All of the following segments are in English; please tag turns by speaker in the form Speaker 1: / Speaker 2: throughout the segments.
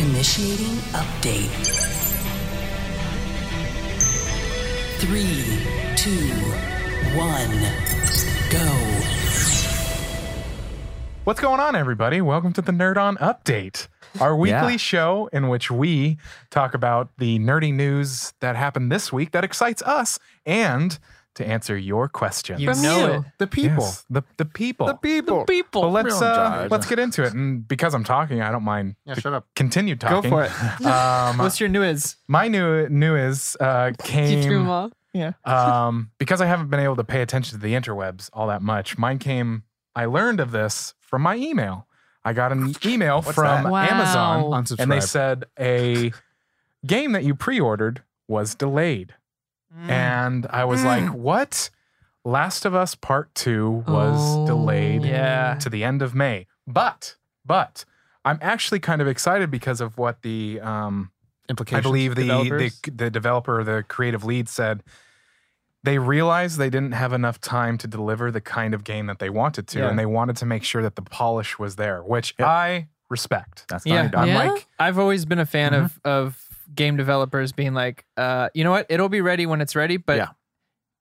Speaker 1: Initiating update. Three, two, one, go.
Speaker 2: What's going on, everybody? Welcome to the Nerd On Update, our weekly
Speaker 3: Yeah.
Speaker 2: show in which we talk about the nerdy news that happened this week that excites us and to answer your questions.
Speaker 4: You know
Speaker 5: you.
Speaker 4: it.
Speaker 3: The people.
Speaker 2: Yes, the, the people.
Speaker 3: The people.
Speaker 5: people.
Speaker 2: Well, let's
Speaker 3: Real
Speaker 2: uh,
Speaker 3: judge.
Speaker 2: let's get into it. And because I'm talking, I don't mind
Speaker 4: Yeah, shut up.
Speaker 2: continue
Speaker 4: Go
Speaker 2: talking.
Speaker 4: for it.
Speaker 2: Um,
Speaker 4: What's your new is?
Speaker 2: my new new is uh,
Speaker 5: you threw 'em
Speaker 2: came
Speaker 5: off.
Speaker 4: Yeah.
Speaker 2: um, because I haven't been able to pay attention to the interwebs all that much. Mine came. I learned of this from my email. I got an email
Speaker 3: What's
Speaker 2: from
Speaker 5: that? Wow.
Speaker 2: Amazon
Speaker 3: Unsubscribe.
Speaker 2: and they said a game that you pre-ordered was delayed and i was
Speaker 5: Mm.
Speaker 2: like what last of us part 2 was
Speaker 5: Oh.
Speaker 2: delayed
Speaker 4: Yeah.
Speaker 2: to the end of may but but i'm actually kind of excited because of what the um i
Speaker 4: Implications.
Speaker 2: believe the,
Speaker 4: Developers?
Speaker 2: the the developer the creative lead said they realized they didn't have enough time to deliver the kind of game that they wanted to
Speaker 4: Yeah.
Speaker 2: and they wanted to make sure that the polish was there which
Speaker 3: Yep.
Speaker 2: i respect
Speaker 3: That's
Speaker 4: Yeah.
Speaker 3: Naughty Dog.
Speaker 5: Yeah?
Speaker 2: like
Speaker 4: I've always been a fan
Speaker 2: Mm-hmm.
Speaker 4: of of game developers being like, uh, you know what? It'll be ready when it's ready, but
Speaker 3: Yeah.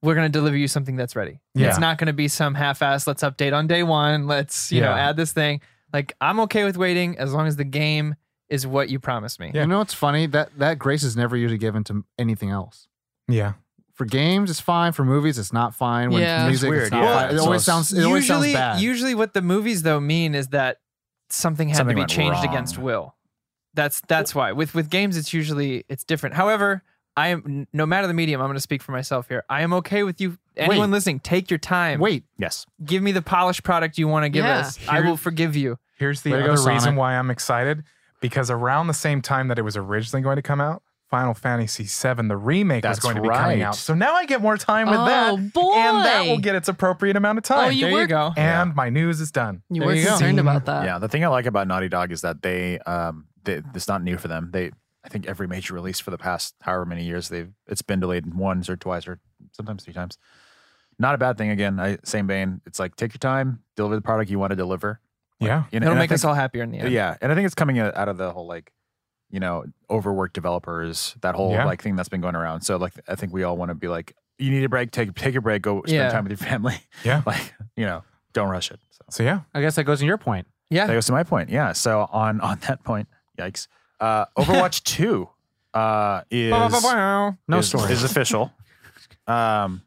Speaker 4: we're gonna deliver you something that's ready.
Speaker 2: Yeah.
Speaker 4: It's not gonna be some half ass. Let's update on day one. Let's you know
Speaker 2: Yeah.
Speaker 4: add this thing. Like I'm okay with waiting as long as the game is what you promised me.
Speaker 2: Yeah.
Speaker 6: You know what's funny? That that grace is never usually given to anything else.
Speaker 2: yeah
Speaker 6: For games, it's fine. For movies, it's not fine. When it's
Speaker 5: Yeah.
Speaker 6: music,
Speaker 3: It's weird,
Speaker 6: it's not
Speaker 3: yeah.
Speaker 6: fine. It
Speaker 3: So
Speaker 6: always
Speaker 3: it's-
Speaker 6: sounds. It always sounds
Speaker 4: usually,
Speaker 6: bad.
Speaker 4: usually what the movies though mean is that something had
Speaker 3: Something
Speaker 4: to be
Speaker 3: went
Speaker 4: changed
Speaker 3: wrong.
Speaker 4: against will. That's that's why with with games it's usually it's different. However, I am no matter the medium. I'm going to speak for myself here. I am okay with you. Anyone
Speaker 6: Wait.
Speaker 4: listening, take your time.
Speaker 6: Wait,
Speaker 3: Yes.
Speaker 4: give me the polished product you want to give
Speaker 5: Yeah.
Speaker 4: us. I
Speaker 2: Here-
Speaker 4: will forgive you.
Speaker 2: Here's the
Speaker 6: Way to go,
Speaker 2: other reason
Speaker 6: Sonic.
Speaker 2: why I'm excited because around the same time that it was originally going to come out, Final Fantasy VII, the remake,
Speaker 3: That's
Speaker 2: was going to be coming
Speaker 3: right.
Speaker 2: out. So now I get more time with
Speaker 5: oh
Speaker 2: that,
Speaker 5: boy!
Speaker 2: and that will get its appropriate amount of time.
Speaker 5: Oh, you
Speaker 4: there
Speaker 5: were-
Speaker 4: you go.
Speaker 2: and my news is done.
Speaker 5: You
Speaker 4: There
Speaker 5: were
Speaker 4: you go.
Speaker 5: concerned
Speaker 6: Mm,
Speaker 5: about
Speaker 4: Uh,
Speaker 5: that.
Speaker 3: Yeah. The thing I like about Naughty Dog is that they, um, they, it's not new for them. They, I think every major release for the past however many years they've, it's been delayed once or twice or sometimes three times. Not a bad thing. Again, I, same vein. It's like take your time, deliver the product you want to deliver.
Speaker 2: Yeah.
Speaker 3: You
Speaker 4: It'll
Speaker 3: and I
Speaker 4: make
Speaker 3: think-
Speaker 4: us all happier in the
Speaker 3: Yeah.
Speaker 4: end.
Speaker 3: and I think it's coming out out of the whole like, you know, overworked developers, that whole
Speaker 2: Yeah.
Speaker 3: like thing that's been going around. So like, I think we all want to be like, you need a break, take take a break, go spend
Speaker 4: Yeah.
Speaker 3: time with your family.
Speaker 2: Yeah.
Speaker 3: like you know, don't rush it. So
Speaker 2: So yeah,
Speaker 6: I guess that goes in your point.
Speaker 3: that goes to my point. Yeah. So on on that point, yikes. Uh, Overwatch two uh, is
Speaker 6: No
Speaker 3: is,
Speaker 6: story.
Speaker 3: is official. um,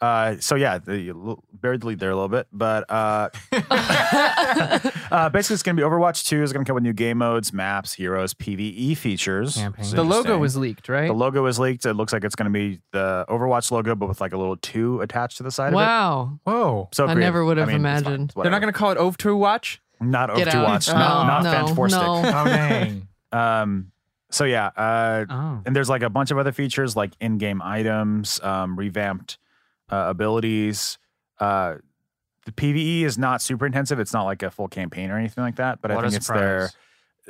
Speaker 3: uh, so yeah, the, you l- buried the lead there a little bit, but uh, uh, basically it's gonna be Overwatch two is gonna come with new game modes, maps, heroes, PVE features.
Speaker 6: Campaign.
Speaker 3: It's
Speaker 4: The logo
Speaker 3: interesting.
Speaker 4: was leaked, right?
Speaker 3: the logo is leaked. It looks like it's gonna be the Overwatch logo, but with like a little two attached to the side of it.
Speaker 5: Wow.
Speaker 2: whoa,
Speaker 3: So
Speaker 5: I
Speaker 3: creative.
Speaker 5: never would have
Speaker 3: I mean, it's fine. It's
Speaker 5: imagined.
Speaker 4: They're
Speaker 3: whatever.
Speaker 4: not going to call it Ove True Watch.
Speaker 3: not
Speaker 5: Get out.
Speaker 3: Overwatch,
Speaker 5: No,
Speaker 3: not, not
Speaker 5: no,
Speaker 3: Fan Four
Speaker 5: no.
Speaker 3: Stick.
Speaker 2: oh dang,
Speaker 3: Um, so yeah, uh,
Speaker 6: Oh.
Speaker 3: and there's like a bunch of other features like in-game items, um, revamped uh, abilities. Uh, the PVE is not super intensive. It's not like a full campaign or anything like that. But I
Speaker 4: What a
Speaker 3: think it's their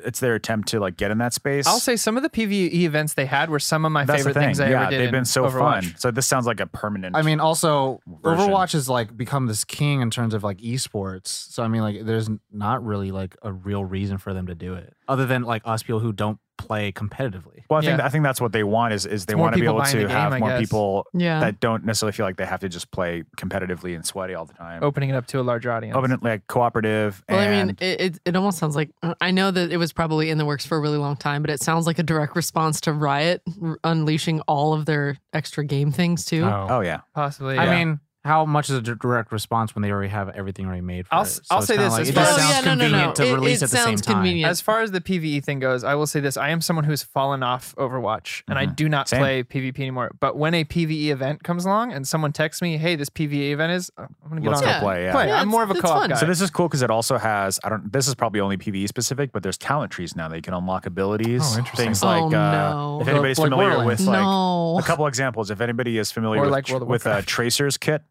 Speaker 3: it's their attempt to like get in that space.
Speaker 4: I'll say some of the PVE events they had were some of my
Speaker 3: That's
Speaker 4: favorite
Speaker 3: the thing.
Speaker 4: things I
Speaker 3: yeah,
Speaker 4: ever did.
Speaker 3: they've
Speaker 4: in
Speaker 3: been so
Speaker 4: Overwatch.
Speaker 3: fun. So this sounds like a permanent.
Speaker 6: I mean, also
Speaker 3: Version.
Speaker 6: Overwatch has like become this king in terms of like esports. So I mean, like, there's not really like a real reason for them to do it, other than like us people who don't play competitively.
Speaker 3: well, I think
Speaker 4: yeah.
Speaker 3: I think that's what they want is is they
Speaker 4: more
Speaker 3: want to be
Speaker 4: people
Speaker 3: able
Speaker 4: buying the
Speaker 3: to
Speaker 4: game,
Speaker 3: have
Speaker 4: I
Speaker 3: more
Speaker 4: guess.
Speaker 3: people
Speaker 5: Yeah.
Speaker 3: that don't necessarily feel like they have to just play competitively and sweaty all the time.
Speaker 4: Opening it up to a large audience.
Speaker 3: Open it like cooperative.
Speaker 5: well, I
Speaker 3: and
Speaker 5: mean, it, it, it almost sounds like uh, I know that it was probably in the works for a really long time, but it sounds like a direct response to Riot r- unleashing all of their extra game things too.
Speaker 2: oh.
Speaker 3: oh yeah,
Speaker 4: Possibly.
Speaker 6: I
Speaker 4: yeah.
Speaker 6: mean, how much is a di- direct response when they already have everything already made? For
Speaker 4: I'll
Speaker 6: it?
Speaker 4: s- I'll
Speaker 6: it's
Speaker 4: say
Speaker 6: kinda
Speaker 4: this,
Speaker 6: like,
Speaker 4: as
Speaker 6: it
Speaker 4: far
Speaker 6: just
Speaker 4: as-
Speaker 6: sounds
Speaker 5: Oh, yeah, no, no,
Speaker 6: convenient
Speaker 5: no.
Speaker 6: to
Speaker 5: It-
Speaker 6: release
Speaker 5: it
Speaker 6: at the same
Speaker 5: sounds
Speaker 6: time.
Speaker 5: convenient.
Speaker 4: As far as the PVE thing goes, I will say this: I am someone who's fallen off Overwatch, and I
Speaker 3: Mhm.
Speaker 4: do not
Speaker 3: Same.
Speaker 4: play PvP anymore. But when a PVE event comes along, and someone texts me, "Hey, this PVE event is," I'm gonna get
Speaker 3: let's
Speaker 4: on
Speaker 3: go
Speaker 4: it.
Speaker 5: Yeah.
Speaker 3: play. Yeah.
Speaker 4: Play.
Speaker 5: Yeah,
Speaker 4: I'm more of a
Speaker 5: it's- it's
Speaker 4: co-op
Speaker 5: fun.
Speaker 4: guy.
Speaker 3: So this is cool because it also has I don't this is probably only PVE specific, but there's talent trees now that you can unlock abilities.
Speaker 2: Oh, interesting.
Speaker 3: Things
Speaker 5: Oh,
Speaker 3: like
Speaker 5: no.
Speaker 3: uh, if anybody's
Speaker 6: Like
Speaker 3: familiar
Speaker 6: Whirlwind.
Speaker 3: with like
Speaker 5: no.
Speaker 3: a couple examples, if anybody is familiar
Speaker 4: Or
Speaker 3: with
Speaker 4: like World of
Speaker 3: with a
Speaker 4: Warcraft.
Speaker 3: tracer's kit,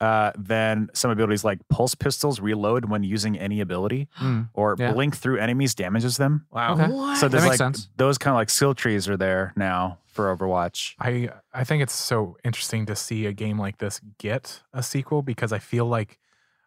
Speaker 3: uh, then some abilities like pulse pistols reload when using any ability,
Speaker 6: Mm.
Speaker 3: or
Speaker 6: Yeah.
Speaker 3: blink through enemies damages them.
Speaker 4: wow.
Speaker 6: Okay.
Speaker 5: What?
Speaker 3: So there's like
Speaker 6: makes sense.
Speaker 3: those kind of like skill trees are there now for Overwatch.
Speaker 2: I I think it's so interesting to see a game like this get a sequel because I feel like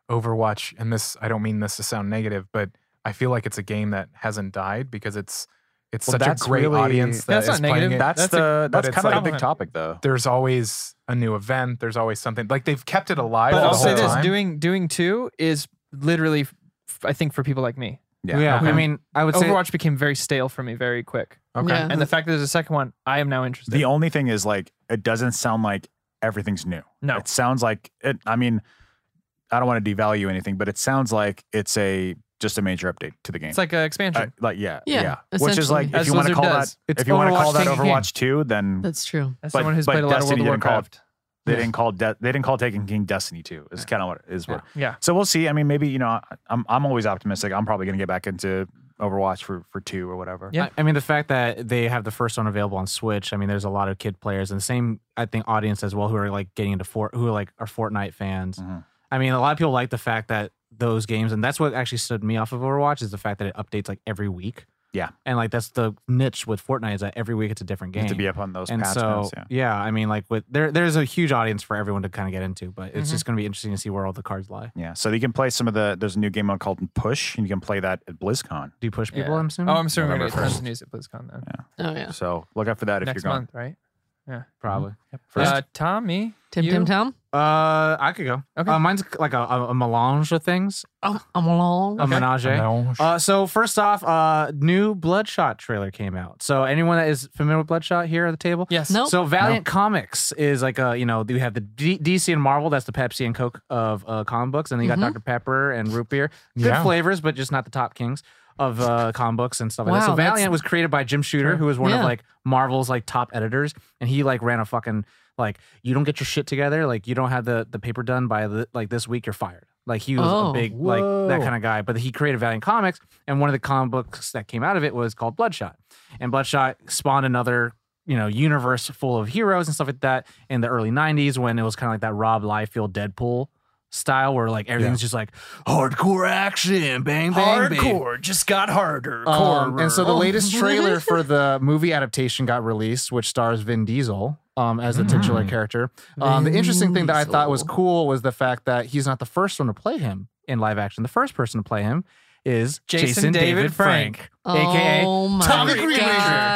Speaker 2: Overwatch and this I don't mean this to sound negative, but I feel like it's a game that hasn't died because it's It's
Speaker 3: Well,
Speaker 2: such a
Speaker 3: that's
Speaker 2: great
Speaker 3: really-
Speaker 2: audience that
Speaker 4: That's
Speaker 2: is
Speaker 4: not
Speaker 2: playing
Speaker 4: negative.
Speaker 2: it.
Speaker 3: That's,
Speaker 4: That's a-
Speaker 3: the
Speaker 2: but
Speaker 3: that's
Speaker 2: it's
Speaker 3: kind of
Speaker 2: like-
Speaker 3: a big topic though.
Speaker 2: There's always a new event. There's always something like they've kept it alive.
Speaker 4: But
Speaker 2: the
Speaker 4: I'll say
Speaker 2: whole
Speaker 4: this:
Speaker 2: time.
Speaker 4: doing doing two is literally, f- I think, for people like me.
Speaker 3: Yeah.
Speaker 6: I mean, I would say
Speaker 4: Overwatch became very stale for me very quick,
Speaker 2: okay.
Speaker 5: Yeah.
Speaker 4: and the fact that there's a second one, I am now interested.
Speaker 3: The only thing is like it doesn't sound like everything's new.
Speaker 4: No.
Speaker 3: It sounds like it I mean, I don't want to devalue anything, but it sounds like it's a just a major update to the game.
Speaker 4: it's like an expansion.
Speaker 3: Uh, like yeah,
Speaker 5: Yeah,
Speaker 3: yeah. Which is like
Speaker 5: essentially.
Speaker 3: if
Speaker 4: As
Speaker 3: you want to
Speaker 4: Lizard
Speaker 3: call
Speaker 4: does.
Speaker 3: that
Speaker 2: It's
Speaker 3: if you want to call
Speaker 2: Overwatch
Speaker 3: that
Speaker 2: taking king.
Speaker 3: Overwatch 2, then
Speaker 5: That's true.
Speaker 4: As
Speaker 3: but-
Speaker 4: someone who's
Speaker 3: but
Speaker 4: played a lot
Speaker 3: Destiny
Speaker 4: of World
Speaker 3: didn't
Speaker 4: of
Speaker 3: call it
Speaker 4: Warcraft.
Speaker 3: they didn't call De- they didn't call Taken King Destiny 2. Is kind of what is what.
Speaker 4: Yeah.
Speaker 3: So we'll see. I mean, maybe you know, I- I'm I'm always optimistic. I'm probably going to get back into Overwatch for for 2 or whatever.
Speaker 4: Yeah.
Speaker 6: I, I mean, the fact that they have the first one available on Switch. I mean, there's a lot of kid players and the same, I think, audience as well who are like getting into Fort, who are like are Fortnite fans.
Speaker 3: Mhm.
Speaker 6: I mean, a lot of people like the fact that those games, and that's what actually stood me off of Overwatch is the fact that it updates like every week.
Speaker 3: Yeah.
Speaker 6: and like that's the niche with Fortnite is that every week it's a different
Speaker 3: You
Speaker 6: game.
Speaker 3: have to be up on those
Speaker 6: and
Speaker 3: patch
Speaker 6: so
Speaker 3: notes, yeah.
Speaker 6: I mean, like with there, there's a huge audience for everyone to kind of get into, but it's
Speaker 4: Mhm.
Speaker 6: just going to be interesting to see where all the cards lie.
Speaker 3: Yeah, so you can play some of the. There's a new game on called Push, and you can play that at BlizzCon.
Speaker 6: Do you push people? I'm
Speaker 4: Yeah. Oh,
Speaker 5: Mm-hmm.
Speaker 6: assuming.
Speaker 4: I'm sure we're gonna
Speaker 3: November
Speaker 4: get tons of
Speaker 3: 1st.
Speaker 4: news at BlizzCon then.
Speaker 5: Oh yeah.
Speaker 3: So look out for that if
Speaker 4: Next
Speaker 3: you're gone.
Speaker 4: month, right?
Speaker 6: probably.
Speaker 3: First,
Speaker 4: Uh, Tommy,
Speaker 5: Tim
Speaker 4: you?
Speaker 5: Tim Tom.
Speaker 6: Uh, I could go.
Speaker 4: Okay.
Speaker 6: Uh, mine's like a, a, a melange of things,
Speaker 5: Oh, I'm along.
Speaker 6: a menage.
Speaker 2: Hello.
Speaker 6: Uh, so first off, uh, new Bloodshot trailer came out. So anyone that is familiar with Bloodshot here at the table,
Speaker 4: Yes.
Speaker 5: Nope.
Speaker 6: So Valiant Comics is like a you know you have the D- DC and Marvel. That's the Pepsi and Coke of uh, comic books, and then you got
Speaker 5: Mhm.
Speaker 6: Dr Pepper and root beer. Good
Speaker 2: Yeah.
Speaker 6: flavors, but just not the top kings of uh, comic books and stuff like that.
Speaker 5: Wow,
Speaker 6: So
Speaker 5: that's-
Speaker 6: Valiant was created by Jim Shooter, who was one of
Speaker 5: Yeah.
Speaker 6: like Marvel's like top editors, and he like ran a fucking like you don't get your shit together, like you don't have the the paper done by the, like this week, you're fired. Like he was a
Speaker 5: Oh,
Speaker 6: big like that
Speaker 2: whoa.
Speaker 6: kind of guy, but he created Valiant Comics, and one of the comic books that came out of it was called Bloodshot, and Bloodshot spawned another you know universe full of heroes and stuff like that in the early 90s when it was kind of like that rob liefeld deadpool style where like everything's just like hardcore action bang bang bang
Speaker 4: just got harder.
Speaker 6: um, and so the latest trailer for the movie adaptation got released, which stars Vin Diesel um, as the titular character. Um, the
Speaker 5: Vin
Speaker 6: interesting thing that I thought was
Speaker 5: Diesel.
Speaker 6: cool was the fact that he's not the first one to play him in live action. The first person to play him is
Speaker 4: Jason
Speaker 6: Jason,
Speaker 4: David
Speaker 6: David,
Speaker 4: Frank.
Speaker 6: Frank, Um, aka
Speaker 5: oh my
Speaker 6: Tommy
Speaker 5: God.
Speaker 6: Green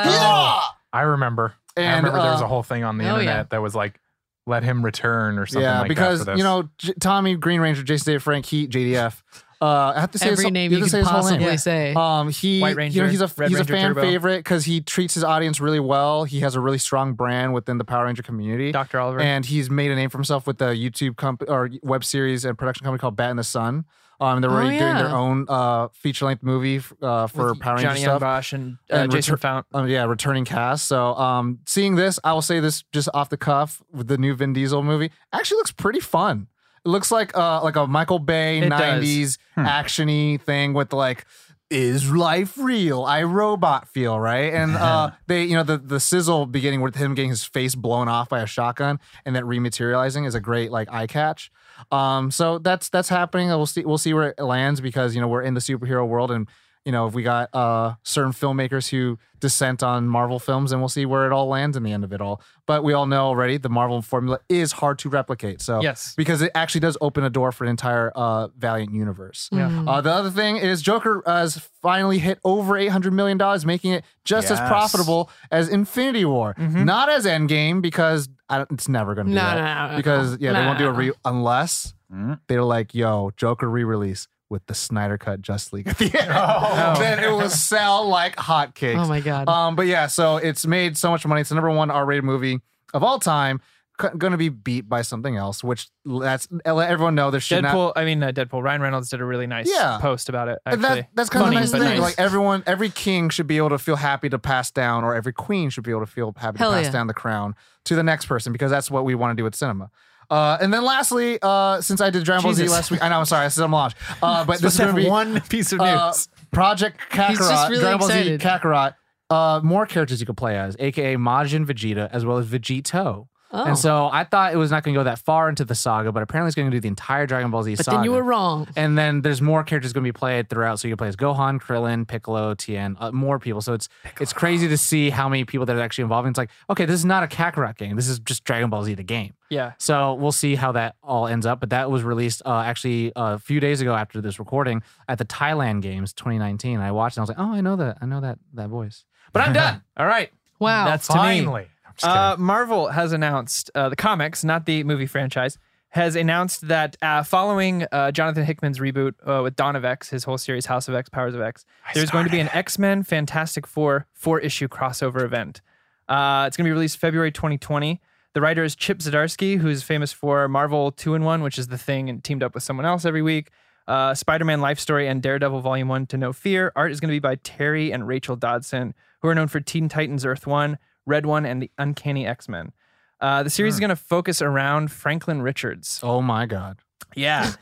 Speaker 2: I remember. I
Speaker 6: And,
Speaker 2: remember there was
Speaker 6: uh,
Speaker 2: a whole thing on the
Speaker 5: oh, yeah.
Speaker 2: internet that was like, "Let him return" or something.
Speaker 6: yeah,
Speaker 2: like
Speaker 6: because
Speaker 2: that for this.
Speaker 6: you know J- Tommy Green Ranger, Jason David Frank, he JDF. Uh, I have to say
Speaker 5: Every
Speaker 6: his-
Speaker 5: name
Speaker 6: you
Speaker 5: you
Speaker 6: have to say
Speaker 5: could
Speaker 6: his whole name.
Speaker 5: possibly say.
Speaker 6: Um, he,
Speaker 4: White
Speaker 6: you
Speaker 4: Ranger,
Speaker 6: know, he's a
Speaker 4: Red
Speaker 6: he's
Speaker 4: Ranger
Speaker 6: a fan
Speaker 4: Turbo.
Speaker 6: favorite because he treats his audience really well. He has a really strong brand within the Power Ranger community,
Speaker 4: Dr. Oliver.
Speaker 6: and he's made a name for himself with a YouTube company or web series and production company called Bat in the Sun. Um, they're
Speaker 5: Oh,
Speaker 6: already doing
Speaker 5: yeah.
Speaker 6: their own uh feature length movie f- uh for
Speaker 4: with
Speaker 6: Power Ranger
Speaker 4: Johnny
Speaker 6: stuff.
Speaker 4: Bosch and, uh,
Speaker 6: and
Speaker 4: Jason
Speaker 6: return-
Speaker 4: Fount.
Speaker 6: Um, yeah, returning cast. So, um, seeing this, I will say this just off the cuff with the new Vin Diesel movie actually looks pretty fun. It looks like uh like a Michael Bay
Speaker 4: It does. Hmm.
Speaker 6: '90s actiony thing with like is life real? I robot feel right, and uh, they you know the the sizzle beginning with him getting his face blown off by a shotgun and that rematerializing is a great like eye catch. Um, so that's that's happening. We'll see we'll see where it lands because you know we're in the superhero world and you know, if we got uh, certain filmmakers who dissent on Marvel films, and we'll see where it all lands in the end of it all. But we all know already the Marvel formula is hard to replicate. So,
Speaker 4: Yes.
Speaker 6: because it actually does open a door for an entire uh, Valiant universe.
Speaker 5: Yeah.
Speaker 6: Uh, the other thing is Joker uh, has finally hit over $800 million, making it just as
Speaker 3: Yes. Mm-hmm.
Speaker 6: profitable as Infinity War. Not as Endgame, because I don't, it's never going to do
Speaker 5: No,
Speaker 6: that.
Speaker 5: no, no, no,
Speaker 6: because, yeah, they
Speaker 5: no,
Speaker 6: won't do a
Speaker 5: no.
Speaker 6: re unless
Speaker 3: Mm.
Speaker 6: they're like, yo, Joker re release with the Snyder Cut Just League at the end.
Speaker 3: Oh.
Speaker 6: then it will sell like hotcakes.
Speaker 5: Oh my god.
Speaker 6: Um, but yeah, so it's made so much money. It's the number one R-rated movie of all time. C- gonna be beat by something else, which that's let everyone know there should not.
Speaker 4: Deadpool, I mean, uh, Deadpool. Ryan Reynolds did a really nice
Speaker 6: Yeah.
Speaker 4: post about it,
Speaker 6: And
Speaker 4: actually.
Speaker 6: That, that's kind
Speaker 4: Funny,
Speaker 6: of a nice
Speaker 4: but
Speaker 6: thing.
Speaker 4: nice.
Speaker 6: Like everyone, every king should be able to feel happy to pass down, or every queen should be able to feel happy
Speaker 5: Hell
Speaker 6: to pass
Speaker 5: yeah.
Speaker 6: down the crown to the next person because that's what we want to do with cinema. Uh, and then lastly, uh, since I did Dragon Ball Z
Speaker 4: Jesus.
Speaker 6: last week, I know I'm sorry, I said I'm lost. Uh, but this is
Speaker 4: Let's have
Speaker 6: gonna be
Speaker 4: one piece of news.
Speaker 6: uh, Project
Speaker 5: He's just
Speaker 6: Kakarot,
Speaker 5: really
Speaker 6: Dragon Ball Z
Speaker 5: excited.
Speaker 6: Kakarot. Uh, more characters you could play as, aka Majin Vegeta, as well as Vegito.
Speaker 5: Oh.
Speaker 6: And so I thought it was not going to go that far into the saga, but apparently it's going to do the entire Dragon Ball Z
Speaker 5: but
Speaker 6: saga.
Speaker 5: then you were wrong.
Speaker 6: And then there's more characters going to be played throughout. So you can play as Gohan, Krillin, Piccolo, Tien, uh, more people. So it's it's crazy to see how many people that are actually involved. And it's like, okay, this is not a Kakarot game. This is just Dragon Ball Z the game.
Speaker 4: Yeah.
Speaker 6: So we'll see how that all ends up. But that was released uh, actually a few days ago after this recording at the Thailand Games 2019. I watched and I was like, oh, I know that. I know that that voice. But I'm done.
Speaker 4: All right.
Speaker 5: Wow.
Speaker 4: That's to me.
Speaker 2: Finally. I'm just kidding.
Speaker 4: Uh, Marvel has announced uh, the comics, not the movie franchise, has announced that uh, following uh, Jonathan Hickman's reboot uh, with Dawn of X, his whole series House of X, Powers of X, there's going to be an X Men Fantastic Four four issue crossover event. Uh, it's going to be released February 2020. The writer is Chip Zdarsky, who's famous for Marvel Two in One, which is the thing, and teamed up with someone else every week. Uh, Spider Man Life Story and Daredevil Volume One to No Fear. Art is going to be by Terry and Rachel Dodson, who are known for Teen Titans Earth One, Red One, and the Uncanny X Men. Uh, the series is going to focus around Franklin Richards.
Speaker 6: Hmm. Oh my God.
Speaker 4: Yeah,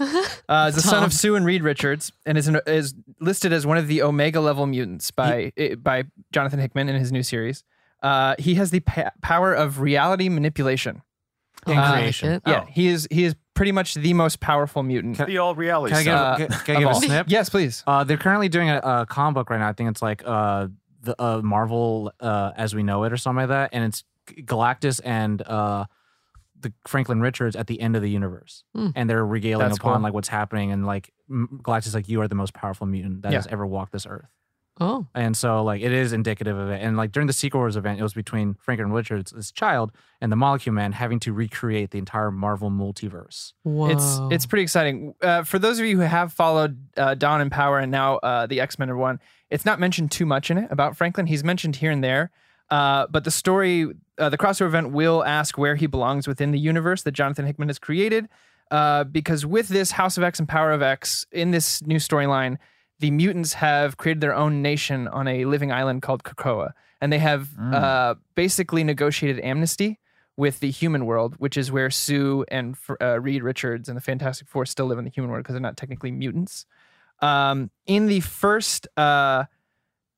Speaker 4: uh, is the son of Sue and Reed Richards, and is an, is listed as one of the Omega level mutants by eh, by Jonathan Hickman in his new series. Uh, he has the pa- power of reality manipulation.
Speaker 5: Oh, I like
Speaker 6: creation.
Speaker 5: it.
Speaker 4: Yeah, he is he is pretty much the most powerful mutant.
Speaker 3: The all reality
Speaker 6: Can I
Speaker 3: stuff.
Speaker 6: get,
Speaker 4: Uh,
Speaker 6: can, can I
Speaker 4: of
Speaker 6: get a
Speaker 4: all.
Speaker 6: snip?
Speaker 4: Yes, please.
Speaker 6: Uh, they're currently doing a, a comic book right now. I think it's like uh, the uh, Marvel uh, as we know it or something like that. And it's G- Galactus and uh, the Franklin Richards at the end of the universe,
Speaker 5: Hmm.
Speaker 6: and they're regaling
Speaker 4: That's
Speaker 6: upon
Speaker 4: cool.
Speaker 6: like what's happening. And like m- Galactus, is like you are the most powerful mutant that
Speaker 4: Yeah.
Speaker 6: has ever walked this earth.
Speaker 5: Oh,
Speaker 6: And so like it is indicative of it. And like during the Secret Wars event, it was between Franklin Richards, his child, and the Molecule Man having to recreate the entire Marvel multiverse.
Speaker 5: oh, whoa.
Speaker 4: It's it's pretty exciting. Uh, for those of you who have followed uh, Dawn and Power and now uh, the X Men are one, it's not mentioned too much in it about Franklin. He's mentioned here and there, uh, but the story, uh, the crossover event will ask where he belongs within the universe that Jonathan Hickman has created. Uh, because with this House of X and Power of X in this new storyline, the mutants have created their own nation on a living island called Krakoa, and they have uh, basically negotiated amnesty with the human world, which is where Sue and uh, Reed Richards and the Fantastic Four still live in the human world because they're not technically mutants. Um, in the first uh,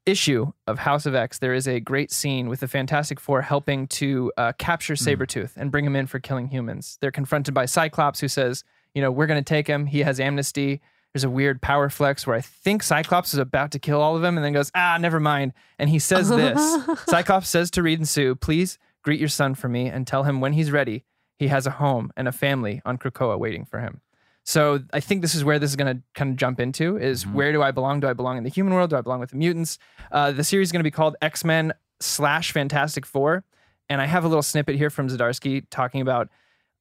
Speaker 4: issue of House of X, there is a great scene with the Fantastic Four helping to uh, capture Sabretooth and bring him in for killing humans. They're confronted by Cyclops, who says, You know, we're going to take him. He has amnesty. There's a weird power flex where I think Cyclops is about to kill all of them and then goes, Ah, never mind. And he says this Cyclops says to Reed and Sue, Please greet your son for me and tell him when he's ready, he has a home and a family on Krakoa waiting for him. So I think this is where this is going to kind of jump into is where do I belong? Do I belong in the human world? Do I belong with the mutants? Uh, the series is going to be called X Men slash Fantastic Four, and I have a little snippet here from Zdarsky talking about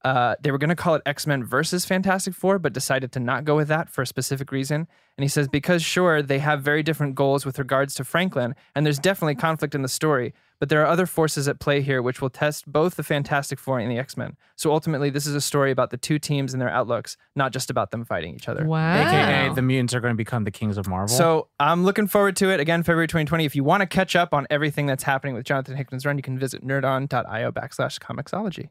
Speaker 4: uh, they were going to call it X Men versus Fantastic Four, but decided to not go with that for a specific reason. And he says because sure they have very different goals with regards to Franklin, and there's definitely conflict in the story, but there are other forces at play here which will test both the Fantastic Four and the X Men. So ultimately, this is a story about the two teams and their outlooks, not just about them fighting each other.
Speaker 5: wow.
Speaker 6: AKA the mutants are going to become the kings of Marvel.
Speaker 4: So I'm looking forward to it again, February 2020. If you want to catch up on everything that's hhappening with Jonathan Hickman's run, you can visit nerdon.io backslash comicsology.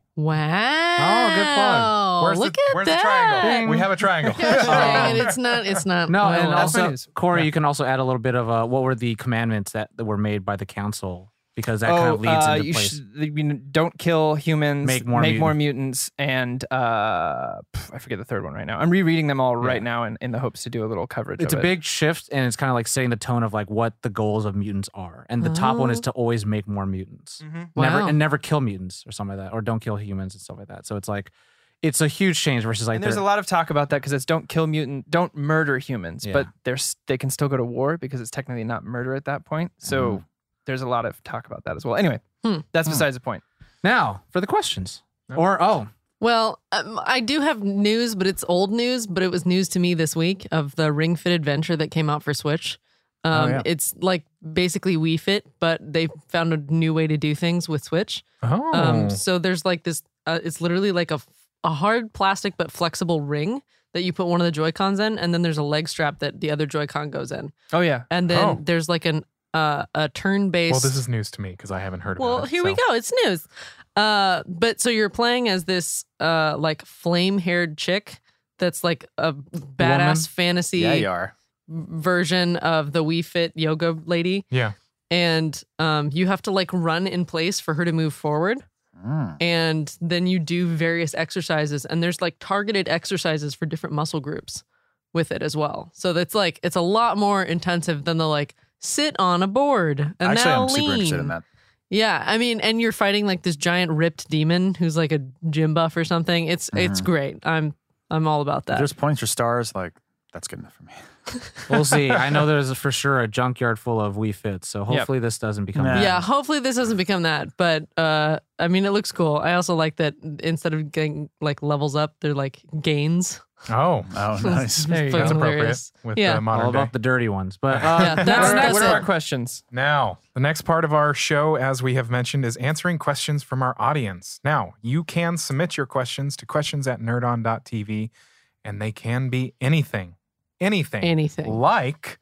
Speaker 5: wow.
Speaker 6: Oh, good fun.
Speaker 2: Where's
Speaker 5: Look
Speaker 2: the,
Speaker 5: at
Speaker 2: where's
Speaker 5: that.
Speaker 2: the triangle? We have a triangle.
Speaker 5: Dang it, it's not. It's not.
Speaker 6: No, and
Speaker 5: well,
Speaker 4: Oh, that's my
Speaker 6: also
Speaker 4: news.
Speaker 6: Corey, you can also add a little bit of uh, what were the commandments that, that were made by the council because that kind of leads
Speaker 4: uh,
Speaker 6: into
Speaker 4: you
Speaker 6: place.
Speaker 4: should- you know, don't kill humans,
Speaker 6: Make more
Speaker 4: mutants, and uh, pff, I forget the third one right now. I'm rereading them all right now in, in the hopes to do a little coverage.
Speaker 6: it's
Speaker 4: of
Speaker 6: a
Speaker 4: it.
Speaker 6: big shift, and it's kind of like setting the tone of like what the goals of mutants are. And the top one is
Speaker 4: Oh.
Speaker 6: to always make more mutants,
Speaker 4: Mm-hmm.
Speaker 6: never
Speaker 5: Wow.
Speaker 6: and never kill mutants or something like that, or don't kill humans and stuff like that. So it's like it's a huge change versus like
Speaker 4: And there's
Speaker 6: their-
Speaker 4: a lot of talk about that because it's don't kill mutant, don't murder humans,
Speaker 6: Yeah.
Speaker 4: but there's they can still go to war because it's technically not murder at that point. So
Speaker 6: Mm-hmm.
Speaker 4: there's a lot of talk about that as well. Anyway,
Speaker 5: Hmm.
Speaker 4: that's besides the point.
Speaker 6: now for the questions. Or oh,
Speaker 5: Well, um, I do have news, but it's old news. But it was news to me this week of the Ring Fit Adventure that came out for Switch. Um,
Speaker 6: Oh, yeah.
Speaker 5: It's like basically Wii Fit, but they found a new way to do things with Switch.
Speaker 2: Oh.
Speaker 5: Um, so there's like this. Uh, it's literally like a f- a hard plastic but flexible ring that you put one of the Joy Cons in, and then there's a leg strap that the other Joy Con goes in,
Speaker 4: Oh yeah.
Speaker 5: and then
Speaker 2: Oh.
Speaker 5: there's like an uh, a turn based.
Speaker 2: well, this is news to me because I haven't heard
Speaker 5: Well,
Speaker 2: about it.
Speaker 5: here we
Speaker 2: so-
Speaker 5: go. It's news. Uh, but so you're playing as this uh like flame haired chick that's like a badass
Speaker 6: Woman?
Speaker 5: fantasy
Speaker 3: yeah, you are.
Speaker 5: version of the We Fit yoga lady,
Speaker 2: Yeah.
Speaker 5: and um you have to like run in place for her to move forward.
Speaker 3: Mm.
Speaker 5: and then you do various exercises and there's like targeted exercises for different muscle groups with it as well so that's like it's a lot more intensive than the like sit on a board and
Speaker 3: Actually,
Speaker 5: now
Speaker 3: I'm
Speaker 5: lean.
Speaker 3: super interested in that.
Speaker 5: yeah i mean and you're fighting like this giant ripped demon who's like a gym buff or something it's
Speaker 3: Mm-hmm.
Speaker 5: it's great i'm i'm all about
Speaker 3: If
Speaker 5: that
Speaker 3: there's points or stars, like that's good enough for me.
Speaker 7: We'll see. I know there's for sure a junkyard full of Wii Fits, so hopefully this doesn't become.
Speaker 3: Nah.
Speaker 7: that.
Speaker 5: yeah hopefully this doesn't become that but uh i mean it looks cool i also like that instead of getting like levels up they're like gains
Speaker 2: Oh,
Speaker 3: Oh, nice.
Speaker 5: There you
Speaker 2: that's
Speaker 5: go.
Speaker 2: appropriate
Speaker 5: Hilarious.
Speaker 2: with
Speaker 5: Yeah.
Speaker 2: the modern
Speaker 7: All
Speaker 2: day.
Speaker 7: about the dirty ones, but uh,
Speaker 5: yeah that's,
Speaker 4: All right,
Speaker 5: that's
Speaker 4: what
Speaker 5: it.
Speaker 4: are our questions?
Speaker 2: Now, the next part of our show, as we have mentioned, is answering questions from our audience. Now, you can submit your questions to questions at nerdon.tv, and they can be anything. Anything.
Speaker 3: Oh,
Speaker 5: Anything.
Speaker 2: Like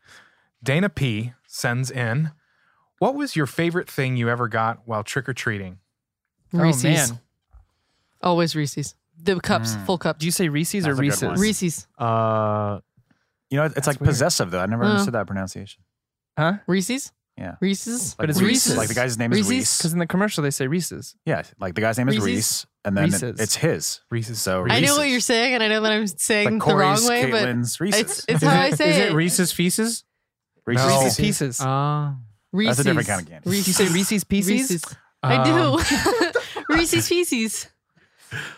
Speaker 2: Dana P sends in, what was your favorite thing you ever got while trick or treating?
Speaker 5: Reese's.
Speaker 4: Oh man,
Speaker 5: Always Reese's. The cups,
Speaker 3: Mm.
Speaker 5: full cups.
Speaker 4: do you say Reese's
Speaker 3: That's
Speaker 4: or
Speaker 3: a good
Speaker 4: Reese's?
Speaker 3: one.
Speaker 5: Reese's.
Speaker 7: uh,
Speaker 3: You know, it's like
Speaker 4: weird.
Speaker 3: possessive though. I never
Speaker 5: Uh.
Speaker 3: understood that pronunciation.
Speaker 4: huh?
Speaker 5: Reese's?
Speaker 3: Yeah.
Speaker 5: Reese's?
Speaker 4: But it's Reese's.
Speaker 3: Like the guy's name is
Speaker 5: Reese's?
Speaker 3: Reese.
Speaker 4: Because in the commercial they say Reese's.
Speaker 3: Yeah, like the guy's name is
Speaker 5: Reese's?
Speaker 3: Reese, and then
Speaker 4: Reese's.
Speaker 3: it's his.
Speaker 2: Reese's.
Speaker 3: So
Speaker 5: I know
Speaker 3: Reese's.
Speaker 5: what you're saying, and I know that I'm saying
Speaker 3: Like
Speaker 5: the
Speaker 3: Corey's,
Speaker 5: wrong way,
Speaker 3: Caitlin's,
Speaker 5: but
Speaker 3: Reese's.
Speaker 5: it's, it's how I say
Speaker 7: is
Speaker 5: it.
Speaker 7: it Reese's Feces?
Speaker 3: Reese's
Speaker 2: No.
Speaker 4: Reese's
Speaker 3: Pieces.
Speaker 4: Pieces.
Speaker 7: Uh,
Speaker 5: Reese's.
Speaker 3: That's a different kind of candy.
Speaker 4: you say Reese's Pieces?
Speaker 5: Reese's. I do.
Speaker 3: Um,
Speaker 5: Reese's Pieces.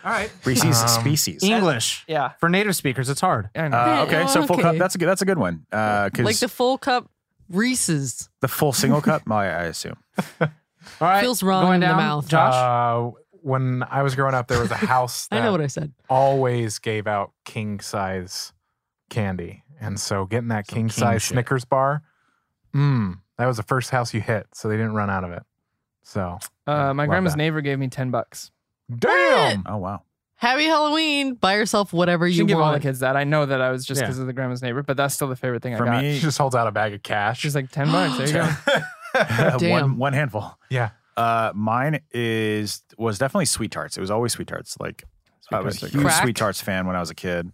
Speaker 7: all right.
Speaker 3: Reese's
Speaker 2: Um,
Speaker 3: species.
Speaker 7: English
Speaker 4: Yeah.
Speaker 7: for native speakers, it's hard.
Speaker 4: I know.
Speaker 3: Uh, okay, so full cup.
Speaker 5: Oh, Okay.
Speaker 3: That's a good. That's a good one. Because
Speaker 5: Like
Speaker 3: the,
Speaker 5: the full cup Reese's.
Speaker 3: full single cup, I, I assume.
Speaker 7: All right,
Speaker 5: Feels wrong
Speaker 7: going
Speaker 5: in the
Speaker 7: down,
Speaker 5: mouth.
Speaker 7: Josh.
Speaker 2: Uh, when I was growing up, there was a house that
Speaker 5: I know what I said.
Speaker 2: always gave out king size candy. And so getting that
Speaker 3: Some
Speaker 2: king
Speaker 3: king
Speaker 2: size
Speaker 3: shit.
Speaker 2: Snickers bar, mm, that was the first house you hit. So they didn't run out of it. So,
Speaker 4: Uh, my
Speaker 2: Love
Speaker 4: grandma's
Speaker 2: that.
Speaker 4: neighbor gave me ten bucks.
Speaker 2: damn.
Speaker 3: Oh wow.
Speaker 5: Happy Halloween. Buy yourself whatever
Speaker 4: She
Speaker 5: you
Speaker 4: didn't give all the
Speaker 5: want.
Speaker 4: kids that. I know that I was just
Speaker 7: Yeah.
Speaker 4: because of the grandma's neighbor, but that's still the favorite thing
Speaker 3: For
Speaker 4: I got.
Speaker 2: She
Speaker 3: me,
Speaker 2: just holds out a bag of cash.
Speaker 4: She's like ten bucks. There you go.
Speaker 5: Damn.
Speaker 3: one one handful.
Speaker 2: Yeah.
Speaker 3: Uh, mine is was definitely sweet tarts. It was always sweet tarts. Like I was a
Speaker 4: Tarts are
Speaker 3: huge
Speaker 5: Crack?
Speaker 3: sweet tarts fan when I was a kid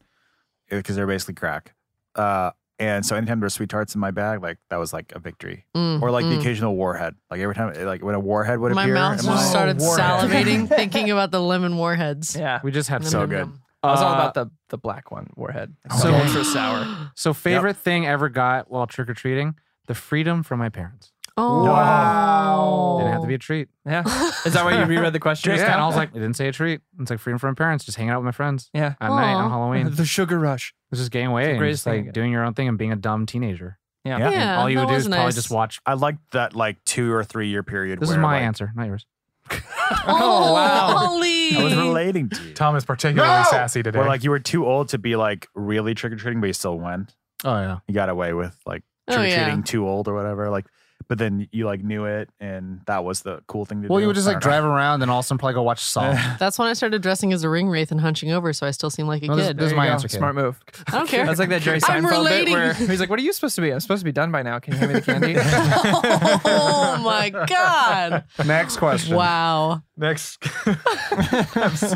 Speaker 3: because they're basically crack. Uh, and so anytime there were sweet tarts in my bag, like that was like a victory.
Speaker 5: Mm,
Speaker 3: Or like
Speaker 5: mm.
Speaker 3: the occasional warhead. Like every time, like when a warhead would
Speaker 5: My
Speaker 3: appear, "Oh,
Speaker 5: mouth
Speaker 3: in
Speaker 5: just
Speaker 3: my-
Speaker 2: mouth.
Speaker 5: started
Speaker 2: Warhead.
Speaker 5: salivating thinking about the lemon warheads.
Speaker 4: yeah. Uh,
Speaker 7: We just have
Speaker 5: Nom,
Speaker 3: So
Speaker 5: nom,
Speaker 3: good.
Speaker 5: nom.
Speaker 4: I was all about the the black one warhead.
Speaker 3: Oh,
Speaker 7: so-
Speaker 4: ultra sour.
Speaker 7: Uh, So favorite thing ever got while trick or treating? The freedom from my parents.
Speaker 5: Oh.
Speaker 2: Wow.
Speaker 7: Didn't have to be a treat.
Speaker 4: Yeah. Is that why you reread the question?
Speaker 7: Just
Speaker 4: just
Speaker 7: kind of, I
Speaker 4: now?
Speaker 7: was like, it didn't say a treat. It's like freedom from my parents, just hanging out with my friends
Speaker 4: yeah.
Speaker 7: at night
Speaker 5: Aw.
Speaker 7: on Halloween. It
Speaker 4: The sugar rush.
Speaker 7: was just getting away and
Speaker 4: greatest
Speaker 7: just
Speaker 4: thing
Speaker 7: like
Speaker 4: again.
Speaker 7: doing your own thing and being a dumb teenager.
Speaker 4: Yeah.
Speaker 3: Yeah.
Speaker 5: Yeah.
Speaker 7: And all you
Speaker 5: that
Speaker 7: would do
Speaker 5: was
Speaker 7: is probably
Speaker 5: nice.
Speaker 7: just watch.
Speaker 3: I liked that like two or three year period.
Speaker 7: This is
Speaker 3: where,
Speaker 7: my
Speaker 3: like,
Speaker 7: answer, not yours.
Speaker 5: Oh,
Speaker 4: wow.
Speaker 5: Ollie.
Speaker 3: I was relating to you.
Speaker 2: Tom is particularly
Speaker 3: No!
Speaker 2: sassy today.
Speaker 3: Where like you were too old to be like really trick or treating, but you still went.
Speaker 7: Oh yeah.
Speaker 3: You got away with like
Speaker 5: Oh,
Speaker 3: trick or treating
Speaker 5: yeah.
Speaker 3: too old or whatever. Like, but then you like knew it, and that was the cool thing to do.
Speaker 6: Well, you would just
Speaker 3: I
Speaker 6: like
Speaker 3: don't know.
Speaker 6: drive around and all of a sudden probably go watch Saw.
Speaker 5: That's when I started dressing as a ring wraith and hunching over, so I still seem like a
Speaker 6: No, this-
Speaker 5: kid.
Speaker 6: this- is my
Speaker 4: There you go.
Speaker 6: answer, kid.
Speaker 4: Smart move.
Speaker 5: I don't care.
Speaker 4: That's like that Jerry
Speaker 5: I'm
Speaker 4: Seinfeld bit
Speaker 5: relating.
Speaker 4: where he's like, "What are you supposed to be? I'm supposed to be done by now. Can you hand me the candy?"
Speaker 5: oh my god!
Speaker 6: Next question.
Speaker 5: Wow,
Speaker 2: next,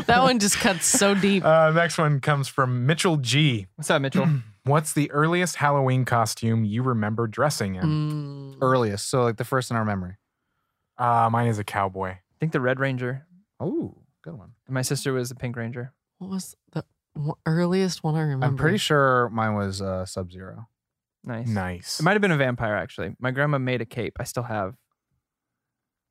Speaker 5: that one just cuts so deep.
Speaker 2: uh, next one comes from Mitchell G.
Speaker 4: What's up, Mitchell?
Speaker 2: What's the earliest Halloween costume you remember dressing in?
Speaker 5: Mm.
Speaker 7: Er-
Speaker 6: Earliest, so like the first in our memory.
Speaker 2: Uh, mine is a cowboy.
Speaker 4: I think the Red Ranger.
Speaker 6: Oh, good one.
Speaker 4: And my sister was the Pink Ranger.
Speaker 5: What was the w- earliest one I remember?
Speaker 6: I'm pretty sure mine was uh, Sub Zero.
Speaker 4: Nice.
Speaker 2: Nice.
Speaker 4: It might have been a vampire actually. My grandma made a cape. I still have.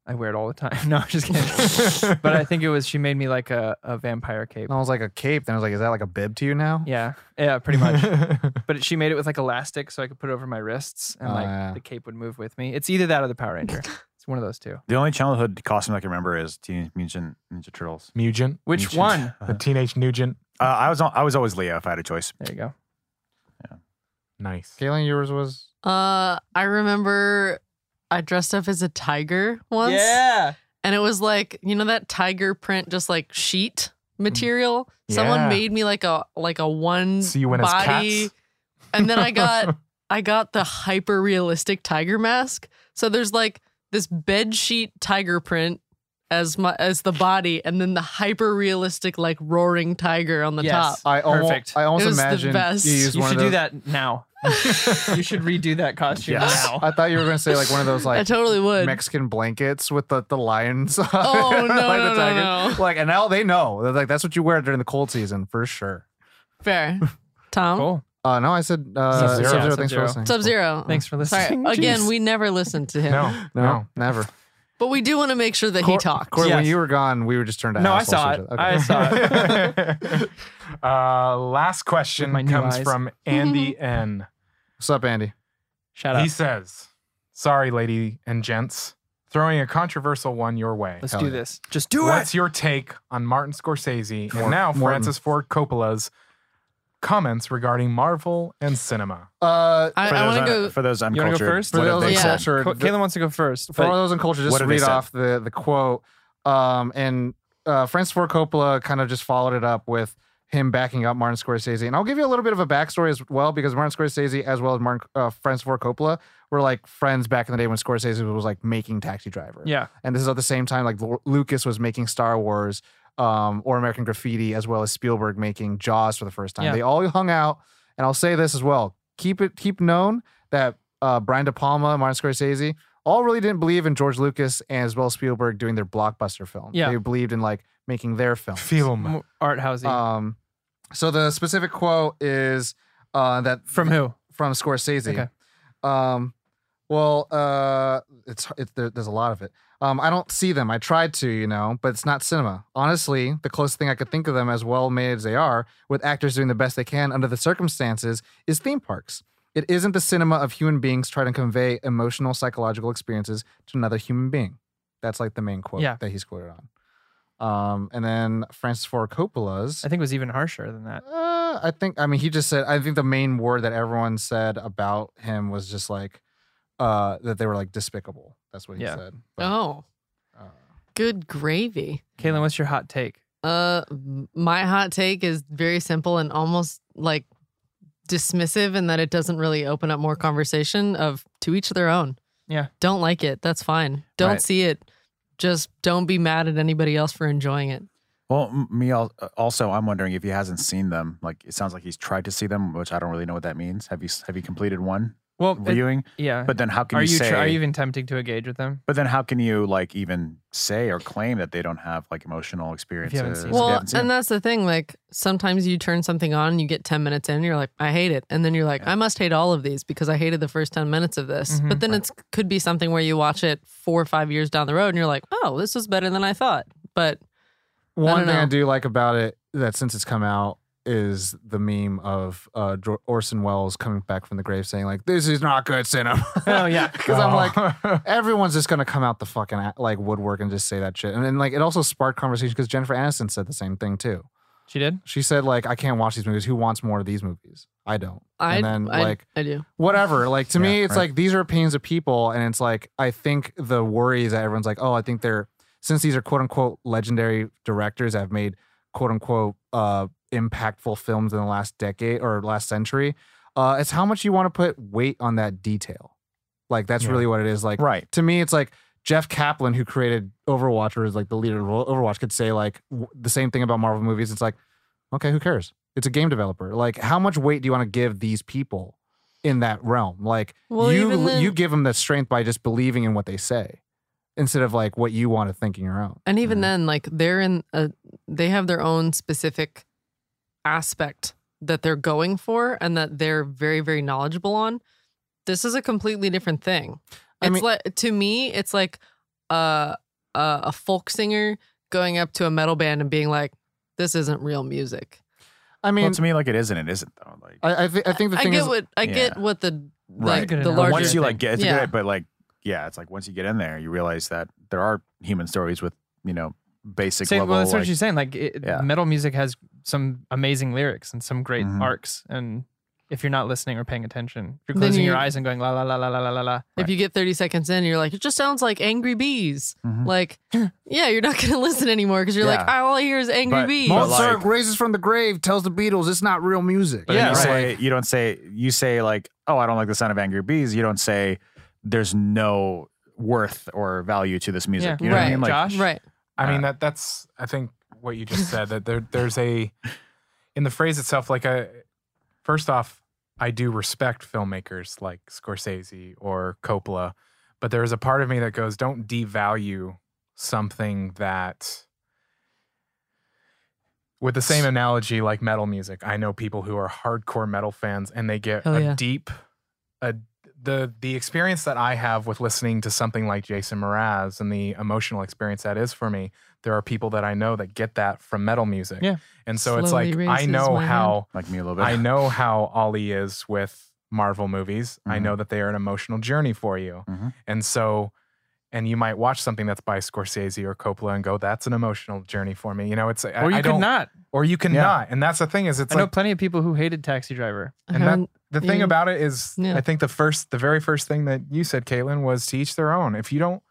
Speaker 4: I wear it all the time. No, I'm just kidding. but I think it was she made me like a, a vampire cape.
Speaker 6: And I was like a cape. Then I was like, is that like a bib to you now?
Speaker 4: Yeah, yeah, pretty much. but she made it with like elastic, so I could put it over my wrists, and
Speaker 6: Oh,
Speaker 4: like
Speaker 6: yeah.
Speaker 4: the cape would move with me. It's either that or the Power Ranger. it's one of those two.
Speaker 3: The only childhood costume I can remember is Teenage Mutant Ninja Turtles.
Speaker 2: Nugent.
Speaker 4: Which
Speaker 3: Ancient.
Speaker 4: one?
Speaker 2: The teenage Nugent.
Speaker 3: Uh, I was al- I was always Leo if I had a choice.
Speaker 4: There you go.
Speaker 2: Nice.
Speaker 6: Kaylin, yours was.
Speaker 5: Uh, I remember I dressed up as a tiger once. and it was like you know that tiger print just like sheet material someone
Speaker 2: Yeah.
Speaker 5: made me like a like a one
Speaker 2: So you went as
Speaker 5: body
Speaker 2: cats?
Speaker 5: and then i got i got the hyper realistic tiger mask so there's like this bed sheet tiger print as my as the body and then the hyper realistic like roaring tiger on the
Speaker 4: Yes.
Speaker 5: top
Speaker 6: I almost,
Speaker 4: Perfect.
Speaker 6: I
Speaker 5: It
Speaker 6: almost
Speaker 5: was the
Speaker 6: imagine you
Speaker 5: best.
Speaker 6: use
Speaker 4: You
Speaker 6: one
Speaker 4: should
Speaker 6: of
Speaker 4: do
Speaker 6: those.
Speaker 4: that now. you should redo that costume
Speaker 3: Yes.
Speaker 4: now.
Speaker 6: I thought you were going to say like one of those
Speaker 5: I
Speaker 6: like
Speaker 5: totally would.
Speaker 6: Mexican blankets with the, the lions. Oh
Speaker 5: no,
Speaker 6: like
Speaker 5: no, no,
Speaker 6: tiger.
Speaker 5: no.
Speaker 6: Like and now they know. They're like that's what you wear during the cold season for sure.
Speaker 5: Fair. Tom?
Speaker 4: Cool.
Speaker 6: Uh, no, I said uh,
Speaker 4: Sub-Zero.
Speaker 6: Sub-Zero. Thanks
Speaker 4: Yeah, Sub-Zero.
Speaker 6: for listening.
Speaker 5: Sub Zero.
Speaker 4: Thanks for
Speaker 5: Sorry.
Speaker 4: listening.
Speaker 5: Again,
Speaker 4: Jeez.
Speaker 5: we never listened to him.
Speaker 2: No,
Speaker 6: No,
Speaker 2: no.
Speaker 6: never.
Speaker 5: But we do want to make sure that he
Speaker 6: Cor-
Speaker 5: talked.
Speaker 6: Corey, when
Speaker 4: Yes.
Speaker 6: you were gone, we were just turned out.
Speaker 4: No, I saw it. I saw it.
Speaker 2: uh, last question
Speaker 4: With my new
Speaker 2: comes
Speaker 4: eyes.
Speaker 2: from Andy N.
Speaker 6: What's up, Andy?
Speaker 4: Shout out.
Speaker 2: He says, Sorry, lady and gents, throwing a controversial one your way.
Speaker 4: Let's
Speaker 6: Hell
Speaker 4: do
Speaker 6: yeah.
Speaker 4: this. Just do
Speaker 2: What's
Speaker 4: it.
Speaker 2: your take on Martin Scorsese and
Speaker 6: Mor-
Speaker 2: now
Speaker 6: Morton.
Speaker 2: Francis Ford Coppola's comments regarding Marvel and cinema?
Speaker 6: Uh,
Speaker 5: I,
Speaker 3: For
Speaker 5: I
Speaker 3: those
Speaker 5: want to
Speaker 3: un-
Speaker 5: go.
Speaker 3: for those
Speaker 4: wanna go
Speaker 3: uncultured.
Speaker 4: first?
Speaker 6: for
Speaker 3: what have
Speaker 6: those
Speaker 3: they
Speaker 6: in
Speaker 5: yeah.
Speaker 3: said?
Speaker 6: culture,
Speaker 4: Co- Kaylin wants to go first.
Speaker 6: for
Speaker 4: but-
Speaker 6: all those in culture, just
Speaker 3: What
Speaker 6: to
Speaker 3: did they
Speaker 6: read
Speaker 3: say?
Speaker 6: off the the quote. Um, and uh, Francis Ford Coppola kind of just followed it up with him backing up Martin Scorsese. And I'll give you a little bit of a backstory as well, because Martin Scorsese, as well as Martin uh, Francis Ford Coppola, were like friends back in the day when Scorsese was like making Taxi Driver.
Speaker 4: yeah.
Speaker 6: and this is at the same time like Lu- Lucas was making Star Wars um, or American Graffiti, as well as Spielberg making Jaws for the first time.
Speaker 4: Yeah.
Speaker 6: They all hung out, and I'll say this as well: keep it keep known that uh, Brian De Palma, Martin Scorsese, all really didn't believe in George Lucas and as well as Spielberg doing their blockbuster film.
Speaker 4: Yeah.
Speaker 6: they believed in like making their film.
Speaker 2: Film.
Speaker 4: M- Art housey.
Speaker 3: uh,
Speaker 6: Um, so the specific quote is uh, that
Speaker 4: From who?
Speaker 6: from Scorsese.
Speaker 4: Okay.
Speaker 6: Um, well, uh, it's it's there, there's a lot of it. Um, I don't see them. I tried to, you know, but it's not cinema. Honestly, the closest thing I could think of them, as well made as they are, with actors doing the best they can under the circumstances, is theme parks. It isn't the cinema of human beings trying to convey emotional, psychological experiences to another human being. That's like the main quote
Speaker 4: Yeah.
Speaker 6: that he's quoted on. Um, and then Francis Ford Coppola's.
Speaker 4: I think it was even harsher than that.
Speaker 6: Uh, I think. I mean, he just said. I think the main word that everyone said about him was just like uh, that they were like despicable. That's what he
Speaker 4: Yeah.
Speaker 6: said. But,
Speaker 5: Oh,
Speaker 6: uh,
Speaker 5: good gravy.
Speaker 4: Kaylin, what's your hot take?
Speaker 5: Uh, m- my hot take is very simple and almost like dismissive in that it doesn't really open up more conversation of to each their own.
Speaker 4: Yeah.
Speaker 5: Don't like it. That's fine. Don't
Speaker 3: Right.
Speaker 5: see it. Just don't be mad at anybody else for enjoying it.
Speaker 3: Well, m- me al- also, I'm wondering if he hasn't seen them. Like, it sounds like he's tried to see them, which I don't really know what that means. Have you s- have you completed one
Speaker 4: Well, it-
Speaker 3: viewing?
Speaker 4: yeah.
Speaker 3: but then how can
Speaker 4: are
Speaker 3: you,
Speaker 4: you
Speaker 3: say?
Speaker 4: tr- are you even tempting to engage with them?
Speaker 3: but then how can you like even say or claim that they don't have like emotional
Speaker 4: haven't seen
Speaker 3: experiences?
Speaker 4: it.
Speaker 3: if you
Speaker 5: Well,
Speaker 3: haven't seen it?
Speaker 5: and that's the thing. Like sometimes you turn something on, you get ten minutes in, you're like, I hate it, and then you're like, I must hate all of these because I hated the first ten minutes of this.
Speaker 4: Mhm.
Speaker 5: But then it's could be something where you watch it four or five years down the road, and you're like, oh, this was better than I thought. But
Speaker 6: one
Speaker 5: don't
Speaker 6: thing I
Speaker 5: know.
Speaker 6: do like about it that since it's come out is the meme of uh, Dr- Orson Welles coming back from the grave saying like, "This is not good cinema."
Speaker 4: Oh, yeah.
Speaker 6: because I'm like, everyone's just gonna come out the fucking a- like woodwork and just say that shit. And then like it also sparked conversation because Jennifer Aniston said the same thing too.
Speaker 4: She did?
Speaker 6: She said like, "I can't watch these movies. Who wants more of these movies? I don't."
Speaker 5: I,
Speaker 6: and then
Speaker 5: I,
Speaker 6: like.
Speaker 5: I do.
Speaker 6: whatever. Like to me,
Speaker 3: Yeah,
Speaker 6: it's
Speaker 3: right.
Speaker 6: like these are opinions of people, and it's like I think the worry is that everyone's like, oh, I think they're since these are quote unquote legendary directors that have made quote unquote uh impactful films in the last decade or last century. Uh, it's how much you want to put weight on that detail. Like that's
Speaker 2: Yeah.
Speaker 6: really what it is. Like
Speaker 3: right.
Speaker 6: to me, it's like Jeff Kaplan, who created Overwatch, or is like the leader of Overwatch, could say like w- the same thing about Marvel movies. It's like, okay, who cares? It's a game developer. Like, how much weight do you want to give these people in that realm? Like,
Speaker 5: Well,
Speaker 6: you
Speaker 5: even then-
Speaker 6: you give them the strength by just believing in what they say, instead of like what you want to think in your own.
Speaker 5: And even
Speaker 3: Mhm.
Speaker 5: then, like they're in a, they have their own specific aspect that they're going for and that they're very, very knowledgeable on. This is a completely different thing.
Speaker 6: I
Speaker 5: It's
Speaker 6: mean-
Speaker 5: like to me, it's like a, a a folk singer going up to a metal band and being like, "This isn't real music."
Speaker 6: I mean,
Speaker 3: well, to me, like it isn't. It isn't though. Like,
Speaker 6: I I, th- I think the
Speaker 5: I
Speaker 6: thing
Speaker 5: get
Speaker 6: is,
Speaker 5: what I get
Speaker 3: yeah.
Speaker 5: what the
Speaker 3: Right.
Speaker 5: like
Speaker 4: Good analogy.
Speaker 5: the
Speaker 3: but
Speaker 5: larger
Speaker 3: once you like
Speaker 4: thing.
Speaker 3: get, it's
Speaker 5: Yeah.
Speaker 3: good, but like, yeah, it's like once you get in there, you realize that there are human stories with you know basic
Speaker 4: Say,
Speaker 3: level.
Speaker 4: well, that's what
Speaker 3: like-
Speaker 4: she's saying. Like, it,
Speaker 3: Yeah.
Speaker 4: metal music has some amazing lyrics and some great
Speaker 3: Mhm.
Speaker 4: arcs. And if you're not listening or paying attention, if you're
Speaker 5: Then
Speaker 4: closing your
Speaker 5: you-
Speaker 4: eyes and going la la la la la la la la.
Speaker 5: If you get 30 seconds in, you're like, it just sounds like angry bees.
Speaker 6: Mm-hmm.
Speaker 3: Mhm.
Speaker 5: Like, yeah, you're not going to listen anymore because you're like,
Speaker 3: Yeah.
Speaker 5: all I hear is angry
Speaker 3: But
Speaker 5: bees.
Speaker 3: most-
Speaker 6: Mozart
Speaker 3: like-
Speaker 6: raises from the grave, tells the Beatles it's not real music.
Speaker 3: But yeah,
Speaker 4: Yeah,
Speaker 3: you
Speaker 4: right.
Speaker 3: say you don't say you say like, oh, I don't like the sound of angry bees. You don't say there's no worth or value to this music.
Speaker 4: Yeah.
Speaker 3: You know what I
Speaker 5: Right.
Speaker 3: mean? Like,
Speaker 4: Josh?
Speaker 5: right.
Speaker 2: I mean
Speaker 3: Uh,
Speaker 2: that that's I think what you just said that there there's a in the phrase itself like a uh, first off I do respect filmmakers like Scorsese or Coppola, but there is a part of me that goes, don't devalue something that, with the same analogy like metal music, I know people who are hardcore metal fans and they get
Speaker 5: Hell
Speaker 2: a
Speaker 5: yeah.
Speaker 2: deep, a the the experience that I have with listening to something like Jason Mraz and the emotional experience that is for me, there are people that I know that get that from metal music.
Speaker 4: Yeah.
Speaker 2: And so it's
Speaker 5: Slowly
Speaker 2: like I
Speaker 5: raises
Speaker 2: know
Speaker 5: my hand.
Speaker 2: how
Speaker 3: like me a little bit.
Speaker 2: I know how Ollie is with Marvel movies. I
Speaker 3: Mhm.
Speaker 2: know that they are an emotional journey for you.
Speaker 3: Mhm.
Speaker 2: And so, and you might watch something that's by Scorsese or Coppola and go, that's an emotional journey for me. You know, it's, I,
Speaker 4: or you
Speaker 2: I
Speaker 4: could
Speaker 2: don't,
Speaker 4: not.
Speaker 2: or you can
Speaker 3: Yeah.
Speaker 2: not. And that's the thing is, it's
Speaker 4: I know
Speaker 2: like,
Speaker 4: plenty of people who hated Taxi Driver.
Speaker 5: I
Speaker 2: and that-
Speaker 5: haven't-
Speaker 2: the thing
Speaker 5: you-
Speaker 2: about it is,
Speaker 5: Yeah.
Speaker 2: I think the first, the very first thing that you said, Caitlin, was to each their own. If you don't,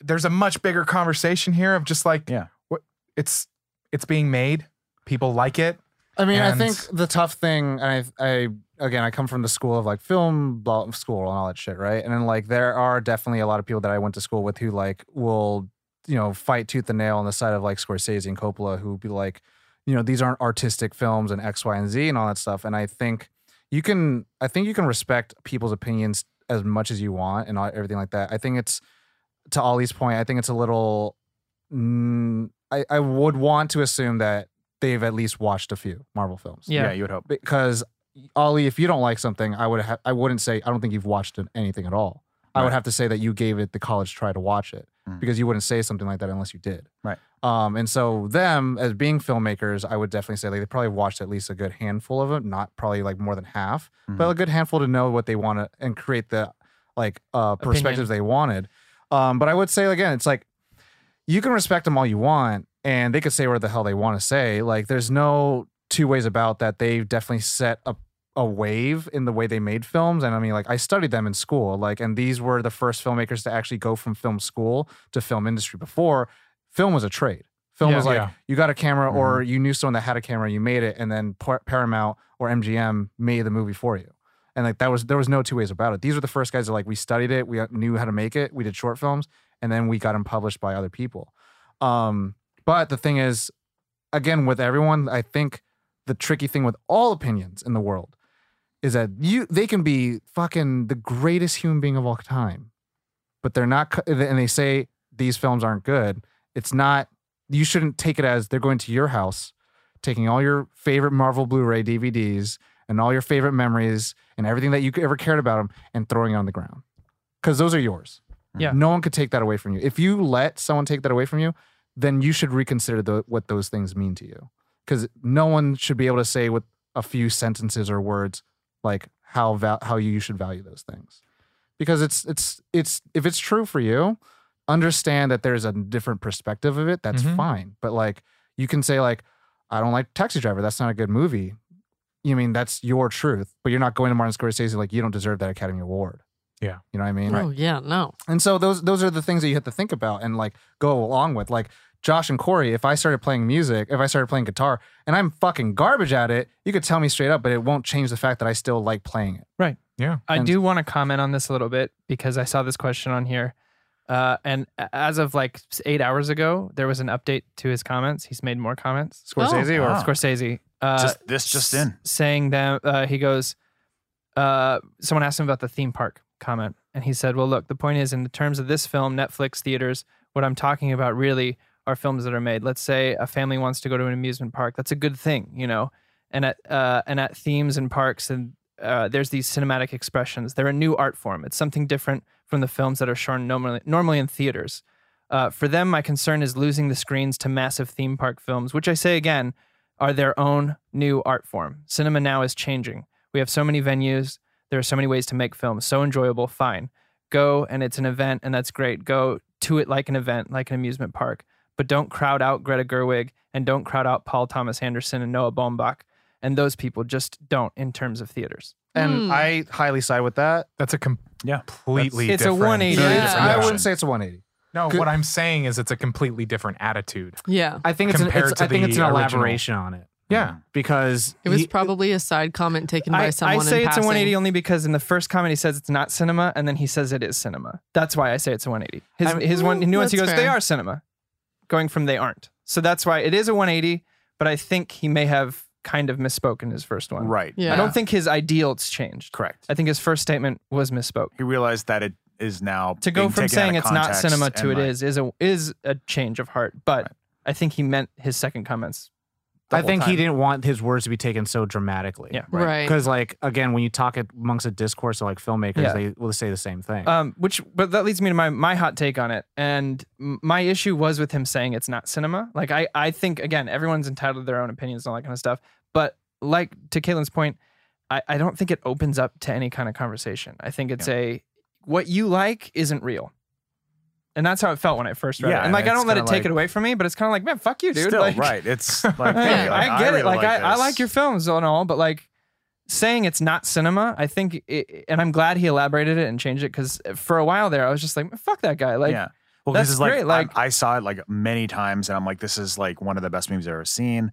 Speaker 2: there's a much bigger conversation here of just like,
Speaker 3: Yeah.
Speaker 2: what it's, it's being made. People like it.
Speaker 6: I mean, I
Speaker 2: And-
Speaker 6: think the tough thing, and I, I again, I come from the school of like film blah, school and all that shit, right? And then like there are definitely a lot of people that I went to school with who like will, you know, fight tooth and nail on the side of like Scorsese and Coppola, who be like, you know, these aren't artistic films and X, Y, and Z and all that stuff. And I think you can, I think you can respect people's opinions as much as you want and all, everything like that. I think it's to Ollie's point. I think it's a little. Mm, I, I would want to assume that they've at least watched a few Marvel films.
Speaker 4: Yeah.
Speaker 3: yeah, you would hope.
Speaker 6: Oh. Because Ollie, if you don't like something, I would ha- I wouldn't say I don't think you've watched it- anything at all. I would
Speaker 3: Right.
Speaker 6: have to say that you gave it the college try to watch it
Speaker 3: Mm.
Speaker 6: because you wouldn't say something like that unless you did.
Speaker 3: Right.
Speaker 6: Um, and so them as being filmmakers, I would definitely say like they probably watched at least a good handful of them, not probably like more than half, but
Speaker 3: Mhm.
Speaker 6: a good handful to know what they want to and create the like uh perspectives they wanted. Um, but I would say again, it's like you can respect them all you want, and they could say whatever the hell they want to say. Like, there's no two ways about that. They've definitely set a a wave in the way they made films. And I mean, like, I studied them in school. Like, and these were the first filmmakers to actually go from film school to film industry. Before, film was a trade. Film
Speaker 4: Yeah.
Speaker 6: was like
Speaker 2: Yeah.
Speaker 6: you got a camera, or you knew someone that had a camera, you made it, and then Par- Paramount or MGM made the movie for you. And like that was there was no two ways about it. These were the first guys that like we studied it, we uh, knew how to make it, we did short films, and then we got them published by other people. Um, but the thing is, again, with everyone, I think the tricky thing with all opinions in the world is that you they can be fucking the greatest human being of all time, but they're not. co- And they say these films aren't good. It's not. You shouldn't take it as they're going to your house, taking all your favorite Marvel Blu-ray DVDs and all your favorite memories and everything that you ever cared about them and throwing it on the ground because those are yours.
Speaker 4: Yeah.
Speaker 6: No one could take that away from you. If you let someone take that away from you, then you should reconsider the, what those things mean to you. Because no one should be able to say with a few sentences or words like how val- how you should value those things. Because it's it's it's if it's true for you, understand that there's a different perspective of it. That's
Speaker 2: Mhm.
Speaker 6: fine. But like you can say like I don't like Taxi Driver. That's not a good movie. You mean that's your truth, but you're not going to Martin Scorsese like you don't deserve that Academy Award.
Speaker 2: Yeah.
Speaker 6: You know what I mean?
Speaker 5: Oh yeah, no.
Speaker 6: And so those those are the things that you have to think about and like go along with. Like Josh and Corey, if I started playing music, if I started playing guitar, and I'm fucking garbage at it, you could tell me straight up, but it won't change the fact that I still like playing it.
Speaker 4: I
Speaker 6: And-
Speaker 4: do want to comment on this a little bit because I saw this question on here. Uh, and a- as of like s- eight hours ago, there was an update to his comments. He's made more comments.
Speaker 6: Scorsese or
Speaker 4: Oh.
Speaker 3: Ah.
Speaker 4: Scorsese. Uh,
Speaker 3: Just this, just
Speaker 4: s-
Speaker 3: in.
Speaker 4: Saying that uh, he goes, uh, someone asked him about the theme park comment. And he said, well, look, the point is, in the terms of this film, Netflix, theaters, what I'm talking about really are films that are made. Let's say a family wants to go to an amusement park. That's a good thing, you know? And at, uh, and at themes and parks and uh, there's these cinematic expressions. They're a new art form. It's something different from the films that are shown normally, normally in theaters. Uh, for them, my concern is losing the screens to massive theme park films, which I say again are their own new art form. Cinema now is changing. We have so many venues. There are so many ways to make films. So enjoyable. Fine. Go and it's an event, and that's great. Go to it like an event, like an amusement park. But don't crowd out Greta Gerwig and don't crowd out Paul Thomas Anderson and Noah Baumbach. And those people just don't in terms of theaters.
Speaker 6: And
Speaker 5: Hmm.
Speaker 6: I highly side with that.
Speaker 2: That's a com-
Speaker 3: Yeah.
Speaker 2: completely
Speaker 4: That's- It's a
Speaker 2: different.
Speaker 4: 180.
Speaker 5: Yeah.
Speaker 6: I
Speaker 2: Yeah.
Speaker 6: wouldn't say it's a 180.
Speaker 2: No,
Speaker 6: Good-
Speaker 2: what I'm saying is it's a completely different attitude.
Speaker 5: Yeah.
Speaker 7: I think it's, an,
Speaker 2: Compared
Speaker 7: it's
Speaker 2: to
Speaker 7: I think
Speaker 2: the
Speaker 7: it's an
Speaker 2: original.
Speaker 7: elaboration on it
Speaker 2: Yeah.
Speaker 7: because
Speaker 5: It was
Speaker 7: he-
Speaker 5: probably a side comment taken by
Speaker 4: I, I
Speaker 5: someone.
Speaker 4: say
Speaker 5: in
Speaker 4: it's a
Speaker 5: passing.
Speaker 4: 180 only because in the first comment he says it's not cinema, and then he says it is cinema. That's why I say it's a 180. His
Speaker 5: I'm-
Speaker 4: his one
Speaker 5: Mm,
Speaker 4: nuance, he
Speaker 5: that's
Speaker 4: goes, they
Speaker 5: fair.
Speaker 4: are cinema, going from they aren't. So that's why it is a 180. But I think he may have kind of misspoke in his first one.
Speaker 3: Right.
Speaker 5: Yeah.
Speaker 4: I don't think his ideals changed.
Speaker 3: Correct.
Speaker 4: I think his first statement was misspoke.
Speaker 3: He realized that it is now
Speaker 4: To go
Speaker 3: being
Speaker 4: from
Speaker 3: taken out
Speaker 4: saying
Speaker 3: of
Speaker 4: it's not
Speaker 3: context
Speaker 4: cinema to
Speaker 3: and,
Speaker 4: it
Speaker 3: like,
Speaker 4: is is a is a change of heart. But I think he meant his second comments. the
Speaker 6: I
Speaker 4: whole
Speaker 6: think he
Speaker 4: time.
Speaker 6: didn't want his words to be taken so dramatically.
Speaker 4: Yeah.
Speaker 3: Right.
Speaker 5: Right.
Speaker 6: Because like again, when you talk amongst a discourse of like filmmakers,
Speaker 4: Yeah.
Speaker 6: they will say the same thing.
Speaker 4: Um, which, but that leads me to my my hot take on it. And m- my issue was with him saying it's not cinema. Like I, I think again, everyone's entitled to their own opinions and all that kind of stuff. But like to Caitlin's point, I, I don't think it opens up to any kind of conversation. I think it's a what you like isn't real. And that's how it felt when I first read
Speaker 3: Yeah,
Speaker 4: it. And
Speaker 3: and
Speaker 4: like I
Speaker 3: it's
Speaker 4: don't let it
Speaker 3: kinda
Speaker 4: take
Speaker 3: like-
Speaker 4: it away from me, but it's kind of like, man, fuck you, dude.
Speaker 3: Still,
Speaker 4: like,
Speaker 3: right. It's like,
Speaker 4: yeah,
Speaker 3: hey, like,
Speaker 4: I get
Speaker 3: really
Speaker 4: it. Like, I, I
Speaker 3: this.
Speaker 4: like your films and all, but like saying it's not cinema, I think, it, and I'm glad he elaborated it and changed it because for a while there, I was just like, fuck that guy. Like,
Speaker 3: yeah. Well, 'cause
Speaker 4: that's
Speaker 3: it's like,
Speaker 4: great,
Speaker 3: I'm-
Speaker 4: like-
Speaker 3: I saw it like many times, and I'm like, this is like one of the best movies I've ever seen.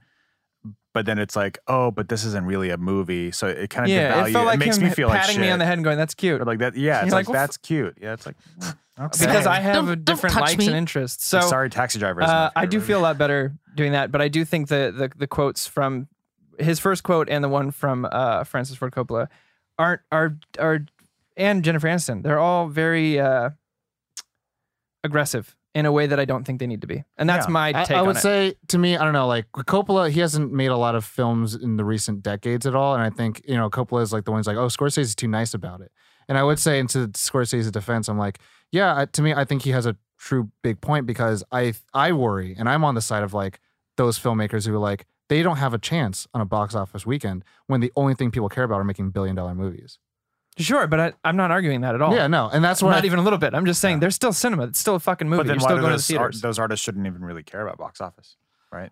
Speaker 3: But then it's like, oh, but this isn't really a movie, so it kind of
Speaker 4: yeah,
Speaker 3: devalues.
Speaker 4: it
Speaker 3: It,
Speaker 4: felt like
Speaker 3: makes
Speaker 4: him
Speaker 3: me feel like
Speaker 4: patting me on the
Speaker 3: shit.
Speaker 4: head and going, that's cute.
Speaker 3: Or like that, yeah.
Speaker 4: You're
Speaker 3: It's
Speaker 4: like,
Speaker 3: like,
Speaker 4: well,
Speaker 3: that's cute. Yeah, it's like mm, okay.
Speaker 4: because I have
Speaker 5: Don't-
Speaker 4: a
Speaker 5: don't
Speaker 4: different
Speaker 5: touch
Speaker 4: likes
Speaker 5: me.
Speaker 4: and interests. So
Speaker 3: sorry, Taxi Driver. isn't my
Speaker 4: Uh, I
Speaker 3: favorite
Speaker 4: do
Speaker 3: movie.
Speaker 4: feel a lot better doing that, but I do think the the, the quotes from his first quote and the one from uh, Francis Ford Coppola aren't are are and Jennifer Aniston. They're all very uh, aggressive in a way that I don't think they need to be, and that's
Speaker 3: Yeah.
Speaker 4: my
Speaker 8: I,
Speaker 4: take.
Speaker 8: I
Speaker 4: on
Speaker 8: would
Speaker 4: it.
Speaker 8: say to me, I don't know, like with Coppola, he hasn't made a lot of films in the recent decades at all. And I think, you know, Coppola is like the one's like, oh, Scorsese's too nice about it. And I would say, into Scorsese's defense, I'm like, yeah, I- to me, I think he has a true big point because I I worry, and I'm on the side of like those filmmakers who are like, they don't have a chance on a box office weekend when the only thing people care about are making billion dollar movies.
Speaker 4: sure, but I, I'm not arguing that at all.
Speaker 8: Yeah, no. And that's what
Speaker 4: not
Speaker 8: I-
Speaker 4: even a little bit. I'm just saying there's still cinema. It's still a fucking movie.
Speaker 3: But then
Speaker 4: You're
Speaker 3: why
Speaker 4: still
Speaker 3: do
Speaker 4: going to the
Speaker 3: those, art-
Speaker 4: theaters.
Speaker 3: those artists shouldn't even really care about box office?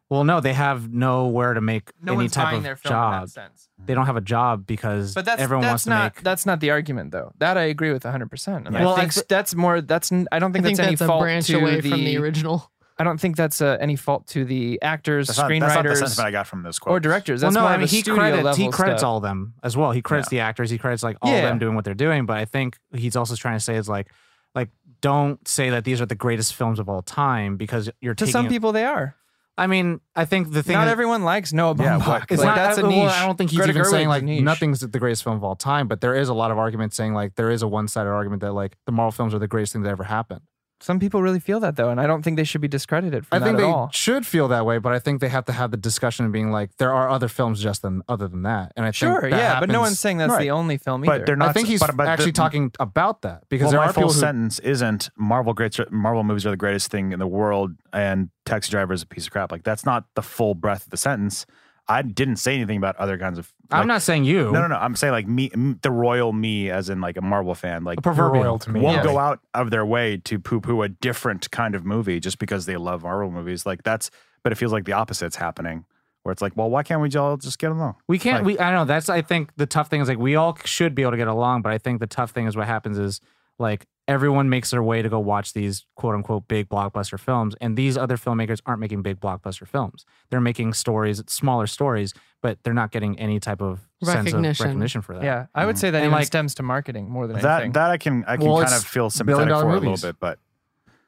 Speaker 6: well, no, they have nowhere to make any type of job.
Speaker 4: sense.
Speaker 6: They don't have a job because
Speaker 4: But that's
Speaker 6: everyone
Speaker 4: that's
Speaker 6: wants to
Speaker 4: not
Speaker 6: make.
Speaker 4: that's not the argument though. That I agree with 100. percent And
Speaker 6: Yeah.
Speaker 4: I
Speaker 6: Well,
Speaker 4: think
Speaker 6: I th-
Speaker 4: that's more that's n- I don't
Speaker 5: I
Speaker 4: think
Speaker 5: think
Speaker 4: that's any
Speaker 5: that's a
Speaker 4: fault
Speaker 5: branch
Speaker 4: to
Speaker 5: away
Speaker 4: the, Mm-hmm.
Speaker 5: from the original.
Speaker 4: I don't think that's uh, any fault to the actors,
Speaker 3: That's not, that's not the
Speaker 4: screenwriters,
Speaker 3: sentiment I got from those quotes.
Speaker 4: or directors.
Speaker 6: well,
Speaker 4: That's
Speaker 6: no,
Speaker 4: more
Speaker 6: I
Speaker 4: of
Speaker 6: mean
Speaker 4: a
Speaker 6: he
Speaker 4: studio
Speaker 6: credits
Speaker 4: level
Speaker 6: he credits
Speaker 4: stuff.
Speaker 6: all of them as well. He credits the actors. He credits like all
Speaker 4: Yeah.
Speaker 6: of them doing what they're doing. But I think he's also trying to say is like, like don't say that these are the greatest films of all time because you're
Speaker 4: To
Speaker 6: taking.
Speaker 4: some people, they are.
Speaker 6: I mean, I think the thing
Speaker 4: Not
Speaker 6: is,
Speaker 4: everyone likes Noah Baumbach.
Speaker 3: Yeah, what-
Speaker 4: like,
Speaker 8: It's not,
Speaker 4: that's a
Speaker 8: I, well,
Speaker 4: niche.
Speaker 8: I don't think he's
Speaker 4: Greta
Speaker 8: even saying
Speaker 4: Gerwig's
Speaker 8: like
Speaker 4: niche.
Speaker 8: nothing's the greatest film of all time, but there is a lot of arguments saying like there is a one-sided argument that like the Marvel films are the greatest thing that ever happened.
Speaker 4: Some people really feel that though, and I don't think they should be discredited for
Speaker 8: I
Speaker 4: that
Speaker 8: think
Speaker 4: at
Speaker 8: they
Speaker 4: all.
Speaker 8: should feel that way, but I think they have to have the discussion of being like there are other films just than other than that. And I think
Speaker 4: Sure,
Speaker 8: that
Speaker 4: yeah, but no
Speaker 8: happens-
Speaker 4: one's saying that's
Speaker 3: Right.
Speaker 4: the only film either.
Speaker 3: but they're not.
Speaker 8: I think he's
Speaker 3: but, but the-
Speaker 8: actually talking about that because
Speaker 3: Well,
Speaker 8: there
Speaker 3: my
Speaker 8: are
Speaker 3: full
Speaker 8: people who
Speaker 3: sentence isn't Marvel greats. Marvel movies are the greatest thing in the world, and Taxi Driver is a piece of crap. Like that's not the full breadth of the sentence. I didn't say anything about other kinds of.
Speaker 6: I'm
Speaker 3: like-
Speaker 6: not saying you.
Speaker 3: No, no, no. I'm saying like me, m- the royal me, as in like a Marvel fan. Like
Speaker 2: You're
Speaker 6: Proverbial.
Speaker 2: royal to me.
Speaker 3: won't
Speaker 2: Yeah.
Speaker 3: go out of their way to poo-poo a different kind of movie just because they love Marvel movies. Like that's, but it feels like the opposite's happening, where it's like, well, why can't we all just get along?
Speaker 6: We can't.
Speaker 3: Like-
Speaker 6: we I don't know. That's I think the tough thing is like we all should be able to get along, but I think the tough thing is what happens is like everyone makes their way to go watch these quote unquote big blockbuster films, and these other filmmakers aren't making big blockbuster films. They're making stories, smaller stories, but they're not getting any type of sense
Speaker 5: Recognition.
Speaker 6: of recognition for that.
Speaker 4: yeah, I would say that
Speaker 6: And,
Speaker 4: even
Speaker 6: like-
Speaker 4: stems to marketing more than anything.
Speaker 3: That that I can I can
Speaker 8: Well,
Speaker 3: kind
Speaker 8: it's
Speaker 3: of feel
Speaker 8: billion
Speaker 3: sympathetic
Speaker 8: dollar
Speaker 3: for a
Speaker 8: movies.
Speaker 3: little bit, but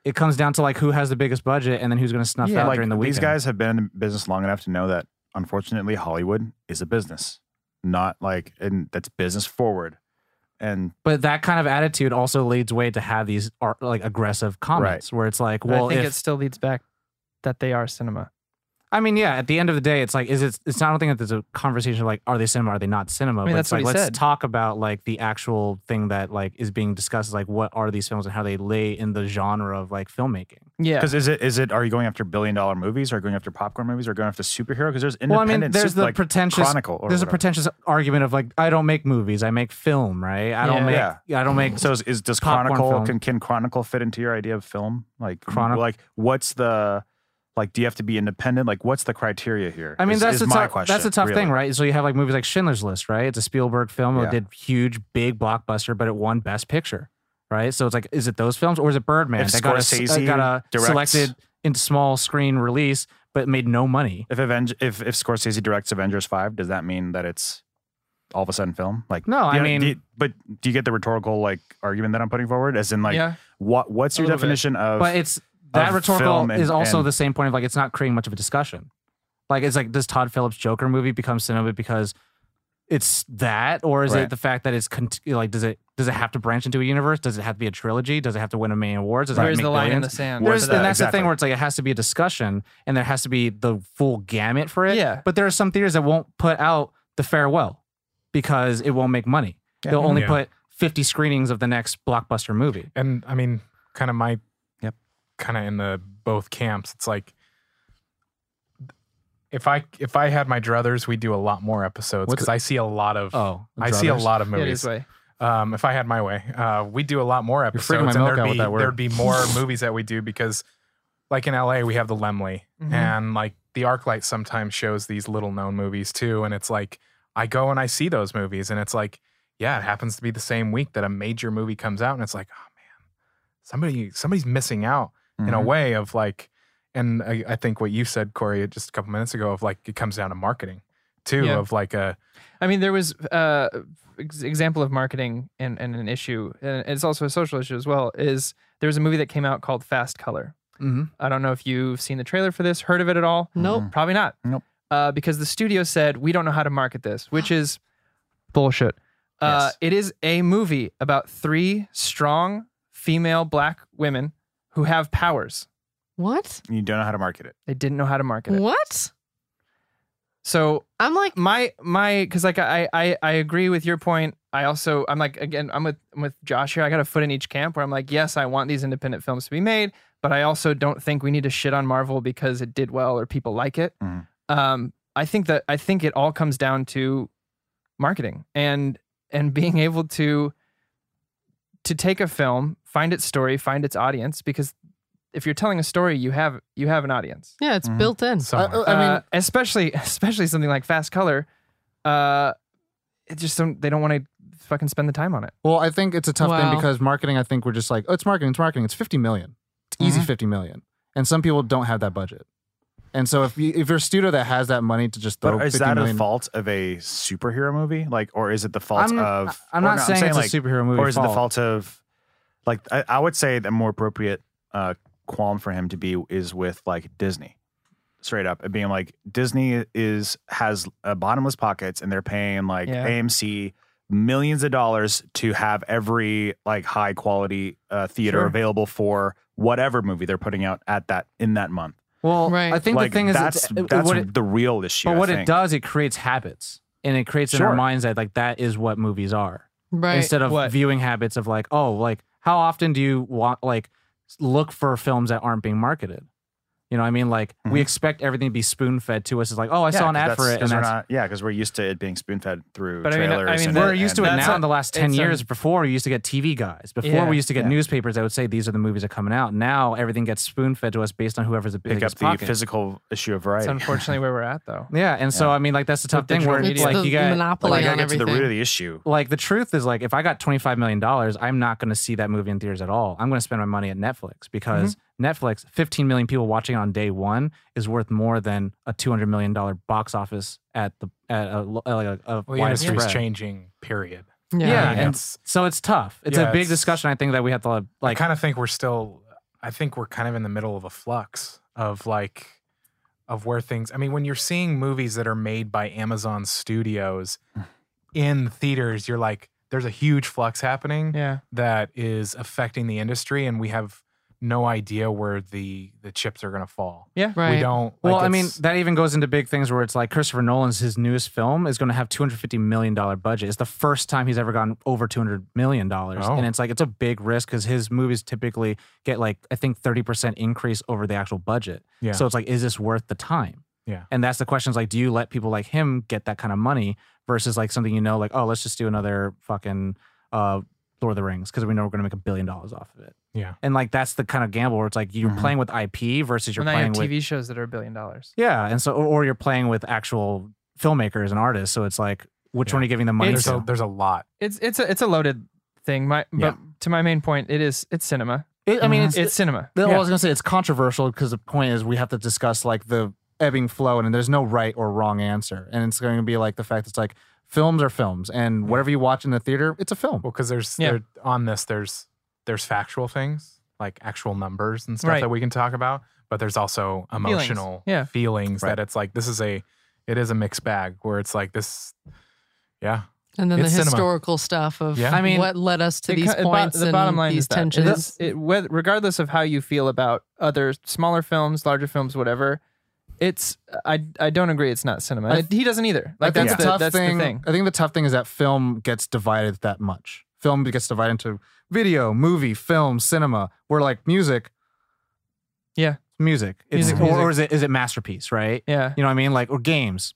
Speaker 6: it comes down to like who has the biggest budget, and then who's going to snuff out
Speaker 3: like
Speaker 6: during the weekend.
Speaker 3: these guys have been in business long enough to know that unfortunately Hollywood is a business, not like and that's business forward, and
Speaker 6: but that kind of attitude also leads way to have these ar- like aggressive comments where it's like,
Speaker 4: But
Speaker 6: well,
Speaker 4: I think
Speaker 6: if,
Speaker 4: it still leads back that they are cinema.
Speaker 6: I mean, yeah. At the end of the day, it's like, is it? It's not. I don't think that there's a conversation of like, are they cinema? Are they not cinema?
Speaker 4: I mean,
Speaker 6: but
Speaker 4: that's
Speaker 6: it's
Speaker 4: what
Speaker 6: like,
Speaker 4: he
Speaker 6: let's
Speaker 4: said.
Speaker 6: talk about like the actual thing that like is being discussed. Is like, what are these films and how they lay in the genre of like filmmaking?
Speaker 4: Yeah,
Speaker 3: because is it is it are you going after billion dollar movies? Are you going after popcorn movies? Are you going after superhero? Because there's
Speaker 6: Well, I
Speaker 3: independent.
Speaker 6: mean, there's
Speaker 3: sup-
Speaker 6: the
Speaker 3: like,
Speaker 6: pretentious.
Speaker 3: Chronicle. Or
Speaker 6: there's a
Speaker 3: whatever.
Speaker 6: pretentious argument of like, I don't make movies. I make film, right? I don't
Speaker 3: Yeah.
Speaker 6: make. I don't make.
Speaker 3: So is, is does
Speaker 6: Popcorn
Speaker 3: Chronicle
Speaker 6: film.
Speaker 3: can can Chronicle fit into your idea of film? Like
Speaker 6: Chronic-
Speaker 3: Like what's the like? Do you have to be independent? Like what's the criteria here?
Speaker 6: I mean,
Speaker 3: is-
Speaker 6: that's
Speaker 3: is
Speaker 6: the
Speaker 3: my
Speaker 6: tough,
Speaker 3: question.
Speaker 6: that's the tough
Speaker 3: really.
Speaker 6: thing, right? So you have like movies like Schindler's List, right? It's a Spielberg film.
Speaker 3: Yeah.
Speaker 6: It did huge, big blockbuster, but it won Best Picture, right? So it's like, is it those films or is it Birdman
Speaker 3: If
Speaker 6: that got a,
Speaker 3: Scorsese
Speaker 6: that got a
Speaker 3: directs-
Speaker 6: selected into small screen release but made no money?
Speaker 3: If Avenge, if if Scorsese directs Avengers five, does that mean that it's all of a sudden film? Like
Speaker 6: No,
Speaker 3: you
Speaker 6: I
Speaker 3: know,
Speaker 6: mean-
Speaker 3: do you- but do you get the rhetorical like argument that I'm putting forward? As in, like,
Speaker 4: Yeah.
Speaker 3: what what's
Speaker 4: A
Speaker 3: your
Speaker 4: little bit.
Speaker 3: definition of?
Speaker 6: But it's that
Speaker 3: of
Speaker 6: rhetorical
Speaker 3: film and-
Speaker 6: is also
Speaker 3: and-
Speaker 6: the same point of like it's not creating much of a discussion. Like it's like does Todd Phillips Joker movie become cinema because it's that, or is
Speaker 3: Right.
Speaker 6: it the fact that it's cont- like does it does it have to branch into a universe? Does it have to be a trilogy? Does it have to win a million awards? Does it have
Speaker 4: Where's
Speaker 6: to
Speaker 4: the
Speaker 6: make
Speaker 4: line in
Speaker 6: billions?
Speaker 4: the sand?
Speaker 3: Where's
Speaker 6: There's,
Speaker 3: the-
Speaker 6: and that's the
Speaker 3: exactly.
Speaker 6: thing where it's like it has to be a discussion and there has to be the full gamut for it.
Speaker 4: Yeah.
Speaker 6: But there are some theaters that won't put out the farewell because it won't make money. They'll only
Speaker 2: Yeah.
Speaker 6: put 50 screenings of the next blockbuster movie.
Speaker 2: and I mean, kind of my,
Speaker 3: Yep.
Speaker 2: kind of in the both camps. It's like if I if I had my druthers, we'd do a lot more episodes
Speaker 6: What's
Speaker 2: because I see a lot of
Speaker 6: Oh,
Speaker 2: I see a
Speaker 6: druthers?
Speaker 2: lot of
Speaker 4: Yeah, it is
Speaker 2: movies.
Speaker 4: way.
Speaker 2: um, if I had my way, uh, we'd do a lot more
Speaker 6: freaking
Speaker 2: episodes,
Speaker 6: my
Speaker 2: and
Speaker 6: milk
Speaker 2: there'd
Speaker 6: out with
Speaker 2: be
Speaker 6: that word.
Speaker 2: there'd be more movies that we do because, like in LA, we have the Lemley,
Speaker 4: Mhm.
Speaker 2: and like the ArcLight sometimes shows these little known movies too, and it's like I go and I see those movies, and it's like, yeah, it happens to be the same week that a major movie comes out, and it's like, oh man, somebody somebody's missing out in a
Speaker 6: Mm-hmm.
Speaker 3: Mhm.
Speaker 2: way of like, and I, I think what you said, Corey, just a couple minutes ago, of like it comes down to marketing too,
Speaker 4: Yeah.
Speaker 2: of like a
Speaker 4: I mean, there was uh, ex- example of marketing and, and an issue, and it's also a social issue as well. Is there was a movie that came out called Fast Color.
Speaker 6: Mhm.
Speaker 4: I don't know if you've seen the trailer for this, heard of it at all.
Speaker 5: Nope.
Speaker 4: Probably not.
Speaker 3: Nope.
Speaker 4: Uh, because the studio said we don't know how to market this, which is bullshit. Uh,
Speaker 3: Yes.
Speaker 4: It is a movie about three strong female black women who have powers.
Speaker 5: What?
Speaker 3: You don't know how to market it.
Speaker 4: They didn't know how to market it.
Speaker 5: What?
Speaker 4: So
Speaker 5: I'm like,
Speaker 4: my my because like I, I i agree with your point i also i'm like again i'm with I'm with josh here i got a foot in each camp where i'm like yes i want these independent films to be made but i also don't think we need to shit on marvel because it did well or people like it
Speaker 3: Mhm.
Speaker 4: um i think that i think it all comes down to marketing and and being able to to take a film find its story find its audience because if you're telling a story you have you have an audience
Speaker 5: yeah, it's
Speaker 3: Mhm.
Speaker 5: built
Speaker 6: Mm.
Speaker 5: in.
Speaker 2: somewhere.
Speaker 9: I mean-
Speaker 4: Mm-hmm. uh, especially especially something like fast color. Uh, it just don't, they don't want to fucking spend the time on it.
Speaker 9: Well, I think it's a tough
Speaker 5: Wow.
Speaker 9: thing because marketing, I think we're just like, oh, it's marketing, it's marketing. It's 50 million. It's easy
Speaker 6: Mm-hmm.
Speaker 9: 50 million. And some people don't have that budget. And so if you, if you're a studio that has that money to just throw
Speaker 3: But is
Speaker 9: 50
Speaker 3: that a
Speaker 9: million
Speaker 3: fault of a superhero movie? Like, or is it the fault
Speaker 6: I'm,
Speaker 3: of?
Speaker 6: I'm
Speaker 3: or
Speaker 6: not
Speaker 3: no,
Speaker 6: saying, it's
Speaker 3: like,
Speaker 6: a superhero movie.
Speaker 3: Or is it the
Speaker 6: fault.
Speaker 3: fault of, like, I, I would say the more appropriate uh, qualm for him to be is with like Disney, straight up, and being like Disney is has uh, bottomless pockets, and they're paying like
Speaker 4: Yeah.
Speaker 3: AMC millions of dollars to have every like high quality uh, theater
Speaker 4: Sure.
Speaker 3: available for whatever movie they're putting out at that in that month.
Speaker 6: Well,
Speaker 5: Right.
Speaker 6: I think
Speaker 3: like
Speaker 6: the thing is,
Speaker 3: that's
Speaker 6: it's, it-
Speaker 3: that's
Speaker 6: what it,
Speaker 3: the real issue.
Speaker 6: but
Speaker 3: I
Speaker 6: what it
Speaker 3: think.
Speaker 6: does, it creates habits and it creates in our
Speaker 3: Sure.
Speaker 6: minds that like that is what movies are.
Speaker 5: right.
Speaker 6: instead of
Speaker 4: What?
Speaker 6: viewing habits of like, oh, like how often do you want like look for films that aren't being marketed? You know, what I mean, like we
Speaker 3: Mhm.
Speaker 6: expect everything to be spoon fed to us. It's like, oh, I saw an ad for it, and
Speaker 3: we're
Speaker 6: that's
Speaker 3: not, yeah, because we're used to it being spoon fed through
Speaker 4: But I mean, I- I
Speaker 3: trailers.
Speaker 4: mean,
Speaker 3: and-
Speaker 6: we're used to it
Speaker 3: and-
Speaker 4: that's
Speaker 6: now.
Speaker 4: a-
Speaker 6: in the last ten
Speaker 4: it's, um,
Speaker 6: years, before we used to get TV guys. Before
Speaker 4: Yeah,
Speaker 6: we used to get
Speaker 3: yeah.
Speaker 6: newspapers that would say these are the movies that coming out. Now everything gets spoon fed to us based on whoever's the
Speaker 3: Pick up
Speaker 6: biggest
Speaker 3: the
Speaker 6: pocket.
Speaker 3: physical issue of
Speaker 4: It's
Speaker 3: variety.
Speaker 4: unfortunately where we're at though.
Speaker 6: yeah, and so I mean, like that's the tough thing
Speaker 4: digital
Speaker 6: where
Speaker 5: it's
Speaker 4: media.
Speaker 6: like
Speaker 5: the
Speaker 6: you got
Speaker 5: monopoly
Speaker 3: like, I
Speaker 5: on
Speaker 3: gotta get to
Speaker 5: everything.
Speaker 3: the root of the issue.
Speaker 6: like the truth is like if I got twenty five million dollars, I'm not going to see that movie in theaters at all. I'm going to spend my money at Netflix because Netflix, fifteen million people watching it on day one is worth more than a two hundred million dollar box office at the at a, lo- uh, like a, a
Speaker 2: Well, the
Speaker 6: wide
Speaker 2: industry's
Speaker 6: spread.
Speaker 2: changing, period.
Speaker 5: yeah.
Speaker 6: Yeah,
Speaker 2: I mean,
Speaker 6: and-
Speaker 2: it's,
Speaker 6: So it's tough. It's
Speaker 2: Yeah,
Speaker 6: a big
Speaker 2: it's-
Speaker 6: discussion. I think that we have to
Speaker 2: I
Speaker 6: like.
Speaker 2: kind of think we're still, I think we're kind of in the middle of a flux of like, of where things, I mean, when you're seeing movies that are made by Amazon studios
Speaker 6: Mm.
Speaker 2: in theaters, you're like, there's a huge flux happening
Speaker 4: Yeah.
Speaker 2: that is affecting the industry, and we have no idea where the the chips are going to fall.
Speaker 5: Right.
Speaker 2: We don't. like,
Speaker 6: well, I mean,
Speaker 2: it's-
Speaker 6: that even goes into big things where it's like Christopher Nolan's his newest film is going to have two hundred fifty million dollar budget. It's the first time he's ever gone over two hundred million dollars,
Speaker 2: Oh.
Speaker 6: and it's like it's a big risk because his movies typically get like I think thirty percent increase over the actual budget.
Speaker 2: Yeah.
Speaker 6: So it's like, is this worth the time?
Speaker 2: Yeah.
Speaker 6: And that's the question. Is like, do you let people like him get that kind of money versus like something you know, like oh, let's just do another fucking uh, Lord of the Rings because we know we're going to make a billion dollars off of it.
Speaker 2: Yeah. Mm-hmm.
Speaker 6: And like that's the kind of gamble where it's like you're
Speaker 3: Mhm.
Speaker 6: playing with IP versus you're
Speaker 4: Well, now you
Speaker 6: playing
Speaker 4: have
Speaker 6: with
Speaker 4: TV shows that are a billion dollars.
Speaker 6: yeah, and so or, or you're playing with actual filmmakers and artists, so it's like which
Speaker 2: Yeah.
Speaker 6: one are you giving the money
Speaker 2: there's
Speaker 6: to?
Speaker 2: a, there's a lot.
Speaker 4: It's it's a it's a loaded thing. My but
Speaker 3: Yeah.
Speaker 4: to my main point, it is it's cinema.
Speaker 6: It- I mean, it's,
Speaker 4: It's cinema.
Speaker 9: Well, I was gonna say it's controversial because the point is we have to discuss like the ebbing flow, and there's no right or wrong answer, and it's going to be like the fact it's like films are films,
Speaker 6: Mm-hmm.
Speaker 9: and whatever you watch in the theater, it's a film.
Speaker 2: Well, because there's
Speaker 4: Yeah.
Speaker 2: there, on this, there's there's factual things like actual numbers and stuff
Speaker 4: Right.
Speaker 2: that we can talk about, but there's also emotional
Speaker 4: Yeah.
Speaker 2: feelings
Speaker 3: Right.
Speaker 2: that it's like this is a it is a mixed bag where it's like this yeah.
Speaker 5: And then
Speaker 2: It's
Speaker 5: the
Speaker 2: cinema.
Speaker 5: historical stuff of
Speaker 2: Yeah.
Speaker 5: I
Speaker 2: I
Speaker 5: mean,
Speaker 4: mean,
Speaker 5: what led us to
Speaker 4: It
Speaker 5: these
Speaker 4: co- it uh, bo-
Speaker 5: points
Speaker 4: the
Speaker 5: and
Speaker 4: bottom line
Speaker 5: these
Speaker 4: is that. It
Speaker 5: tensions.
Speaker 4: does- it- whe- regardless of how you feel about other smaller films, larger films, whatever, it's I I don't agree. It's not cinema.
Speaker 6: I-
Speaker 4: It- he doesn't either. Like
Speaker 6: I think
Speaker 4: that's
Speaker 6: the,
Speaker 4: the,
Speaker 6: tough
Speaker 4: that's
Speaker 6: thing,
Speaker 4: the thing.
Speaker 6: I think the tough thing is that film gets divided that much. Film gets divided into video, movie, film, cinema. We're like music.
Speaker 4: Yeah.
Speaker 7: music.
Speaker 6: Mm-hmm.
Speaker 7: It's,
Speaker 4: Music,
Speaker 7: or,
Speaker 4: music.
Speaker 7: or is it is it masterpiece? Right?
Speaker 4: Yeah,
Speaker 7: You know what I mean? Like or games.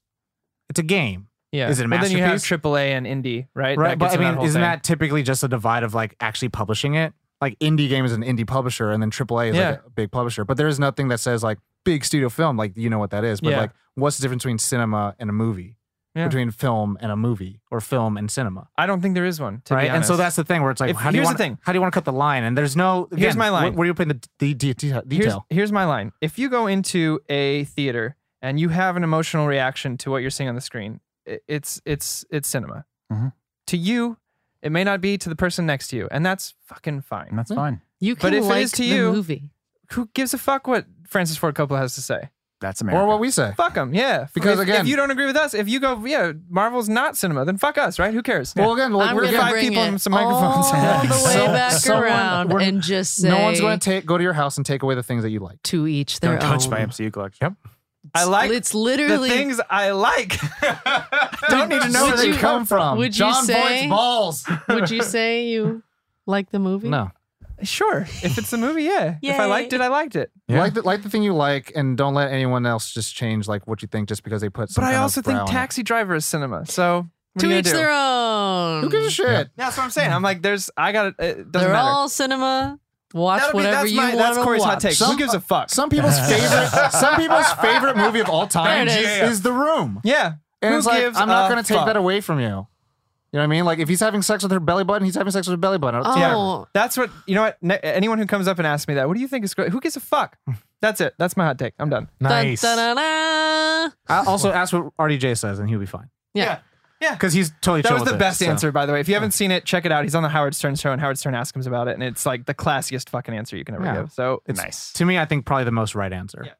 Speaker 7: It's a game,
Speaker 4: yeah.
Speaker 7: Is it a
Speaker 4: well, then you have
Speaker 7: masterpiece?
Speaker 4: AAA and indie, right?
Speaker 7: right?
Speaker 4: That
Speaker 7: But
Speaker 4: gets
Speaker 7: I
Speaker 4: in
Speaker 7: mean,
Speaker 4: whole
Speaker 7: isn't
Speaker 4: thing.
Speaker 7: that typically just a divide of like actually publishing it?
Speaker 6: Like indie game is an indie publisher, and then AAA is
Speaker 4: Yeah.
Speaker 6: like a big publisher. But there is nothing that says like big studio film. Like you know what that is. But
Speaker 4: Yeah.
Speaker 6: like, what's the difference between cinema and a movie?
Speaker 4: Yeah.
Speaker 6: Between film and a movie,
Speaker 7: Or film and cinema,
Speaker 4: I don't think there is one. To be
Speaker 7: right? And so
Speaker 4: honest.
Speaker 7: that's the thing where it's like,
Speaker 4: If-
Speaker 7: how do you
Speaker 4: here's the
Speaker 7: want?
Speaker 4: thing.
Speaker 7: How do you want to cut the line? And there's no. Again,
Speaker 4: Here's my
Speaker 7: wh-
Speaker 4: line.
Speaker 7: Where, you putting the d- d- detail?
Speaker 4: Here's, here's my line. If you go into a theater and you have an emotional reaction to what you're seeing on the screen, i- it's it's it's cinema.
Speaker 6: Mm-hmm.
Speaker 3: Mhm.
Speaker 4: To you, it may not be to the person next to you, and that's fucking fine.
Speaker 3: and
Speaker 6: Mm.
Speaker 3: that's fine.
Speaker 5: you
Speaker 4: but
Speaker 5: can
Speaker 4: if it
Speaker 5: like
Speaker 4: is to
Speaker 5: the
Speaker 4: you-
Speaker 5: movie.
Speaker 4: Who gives a fuck what Francis Ford Coppola has to say?
Speaker 3: That's America.
Speaker 6: or what we say.
Speaker 4: Fuck him, yeah.
Speaker 6: Because
Speaker 4: If-
Speaker 6: again-
Speaker 4: if you don't agree with us, if you go, yeah, Marvel's not cinema, then fuck us, right? Who cares?
Speaker 6: Well, again, like,
Speaker 5: I'm
Speaker 6: we're
Speaker 5: gonna
Speaker 6: five
Speaker 5: bring
Speaker 4: people
Speaker 5: it
Speaker 4: and some microphones.
Speaker 5: all the way
Speaker 6: So-
Speaker 5: back
Speaker 6: someone-
Speaker 5: around
Speaker 6: we're-
Speaker 5: and just say
Speaker 6: no one's going to take go to your house and take away the things that you like.
Speaker 5: to each their
Speaker 3: Don't touch
Speaker 5: own.
Speaker 6: Oh.
Speaker 3: my MCU collection. Yep.
Speaker 4: I like
Speaker 5: it's
Speaker 4: the
Speaker 5: literally
Speaker 4: things I like. don't need to know
Speaker 5: Would
Speaker 6: where they
Speaker 5: you-
Speaker 6: come from.
Speaker 5: would you
Speaker 6: John
Speaker 5: say-
Speaker 6: Voight's balls.
Speaker 5: Would you say you like the movie?
Speaker 7: No.
Speaker 4: Sure. If it's a movie, yeah. if I liked it, I liked it.
Speaker 2: Yeah.
Speaker 6: Like the like the thing you like, and don't let anyone else just change like what you think just because they put. Some
Speaker 4: But I
Speaker 6: kind of
Speaker 4: also
Speaker 6: brow
Speaker 4: think
Speaker 6: on it.
Speaker 4: Taxi Driver is cinema. So what
Speaker 5: To
Speaker 4: are you
Speaker 5: each
Speaker 4: gonna do?
Speaker 5: their own.
Speaker 6: Who gives a shit?
Speaker 4: Yeah, that's what I'm saying. I'm like, there's, I got it. Doesn't
Speaker 5: They're
Speaker 4: matter.
Speaker 5: all cinema. Watch
Speaker 4: That'll be-
Speaker 5: whatever
Speaker 4: that's
Speaker 5: you
Speaker 4: my-
Speaker 5: want
Speaker 4: That's
Speaker 5: to
Speaker 4: Corey's
Speaker 5: watch.
Speaker 4: hot take.
Speaker 6: Some-
Speaker 4: Who gives a fuck?
Speaker 6: Some people's favorite, some people's favorite movie of all time
Speaker 5: There it is.
Speaker 6: The Room,
Speaker 4: yeah.
Speaker 6: and
Speaker 4: Who
Speaker 6: it's like
Speaker 4: gives
Speaker 6: I'm not
Speaker 4: a
Speaker 6: going to take
Speaker 4: fuck?
Speaker 6: that away from you. You know what I mean? Like if he's having sex with her belly button, he's having sex with her belly button.
Speaker 5: Oh,
Speaker 4: Yeah. That's what you know. What ne- anyone who comes up and asks me that, what do you think is great? Who gives a fuck? That's it. That's my hot take. I'm done.
Speaker 5: dun,
Speaker 2: Nice.
Speaker 5: dun, dun, dun.
Speaker 7: I'll also ask what RDJ says, and he'll be fine
Speaker 5: Yeah.
Speaker 7: because he's totally.
Speaker 4: That
Speaker 7: chill
Speaker 4: was
Speaker 7: with
Speaker 4: the
Speaker 7: it,
Speaker 4: best
Speaker 7: so.
Speaker 4: answer, by the way. If you haven't seen it, check it out. He's on the Howard Stern show, and Howard Stern asks him about it, and it's like the classiest fucking answer you can ever
Speaker 7: Yeah.
Speaker 4: give. So it's
Speaker 3: Nice.
Speaker 7: To me, I think probably the most right answer,
Speaker 4: Yeah.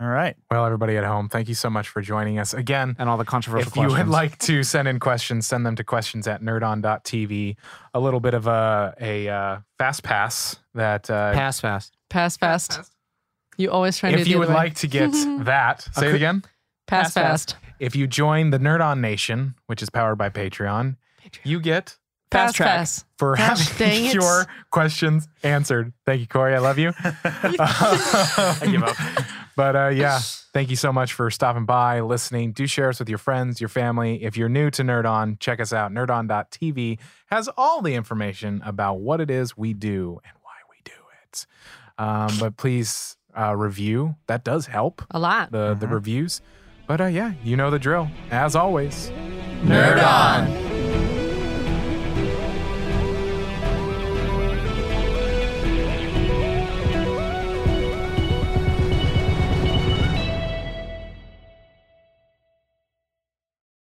Speaker 3: All right.
Speaker 2: Well, everybody at home, thank you so much for joining us again.
Speaker 7: and all the controversial
Speaker 2: Uh, if you
Speaker 7: questions.
Speaker 2: would like to send in questions, send them to questions at nerdon.tv. A little bit of a, a uh, fast pass that uh,
Speaker 7: pass fast.
Speaker 5: Pass fast. You always try to do
Speaker 2: if
Speaker 5: the
Speaker 2: you
Speaker 5: other
Speaker 2: would
Speaker 5: way.
Speaker 2: like to get that, say it again.
Speaker 5: pass
Speaker 4: Pass
Speaker 5: fast.
Speaker 2: If you join the Nerd On Nation, which is powered by Patreon, you get
Speaker 5: Pass
Speaker 4: Fast track.
Speaker 5: fast.
Speaker 2: for
Speaker 5: Gosh, dang
Speaker 2: having
Speaker 5: it.
Speaker 2: your questions answered. Thank you, Corey. I love you. I give up. But uh, yeah, thank you so much for stopping by, listening. Do share us with your friends, your family. If you're new to Nerd On, check us out. NerdOn.tv has all the information about what it is we do and why we do it. Um, but please uh, review. That does help
Speaker 5: A lot.
Speaker 2: the the reviews. But uh, yeah, you know the drill. As always,
Speaker 5: Nerd on.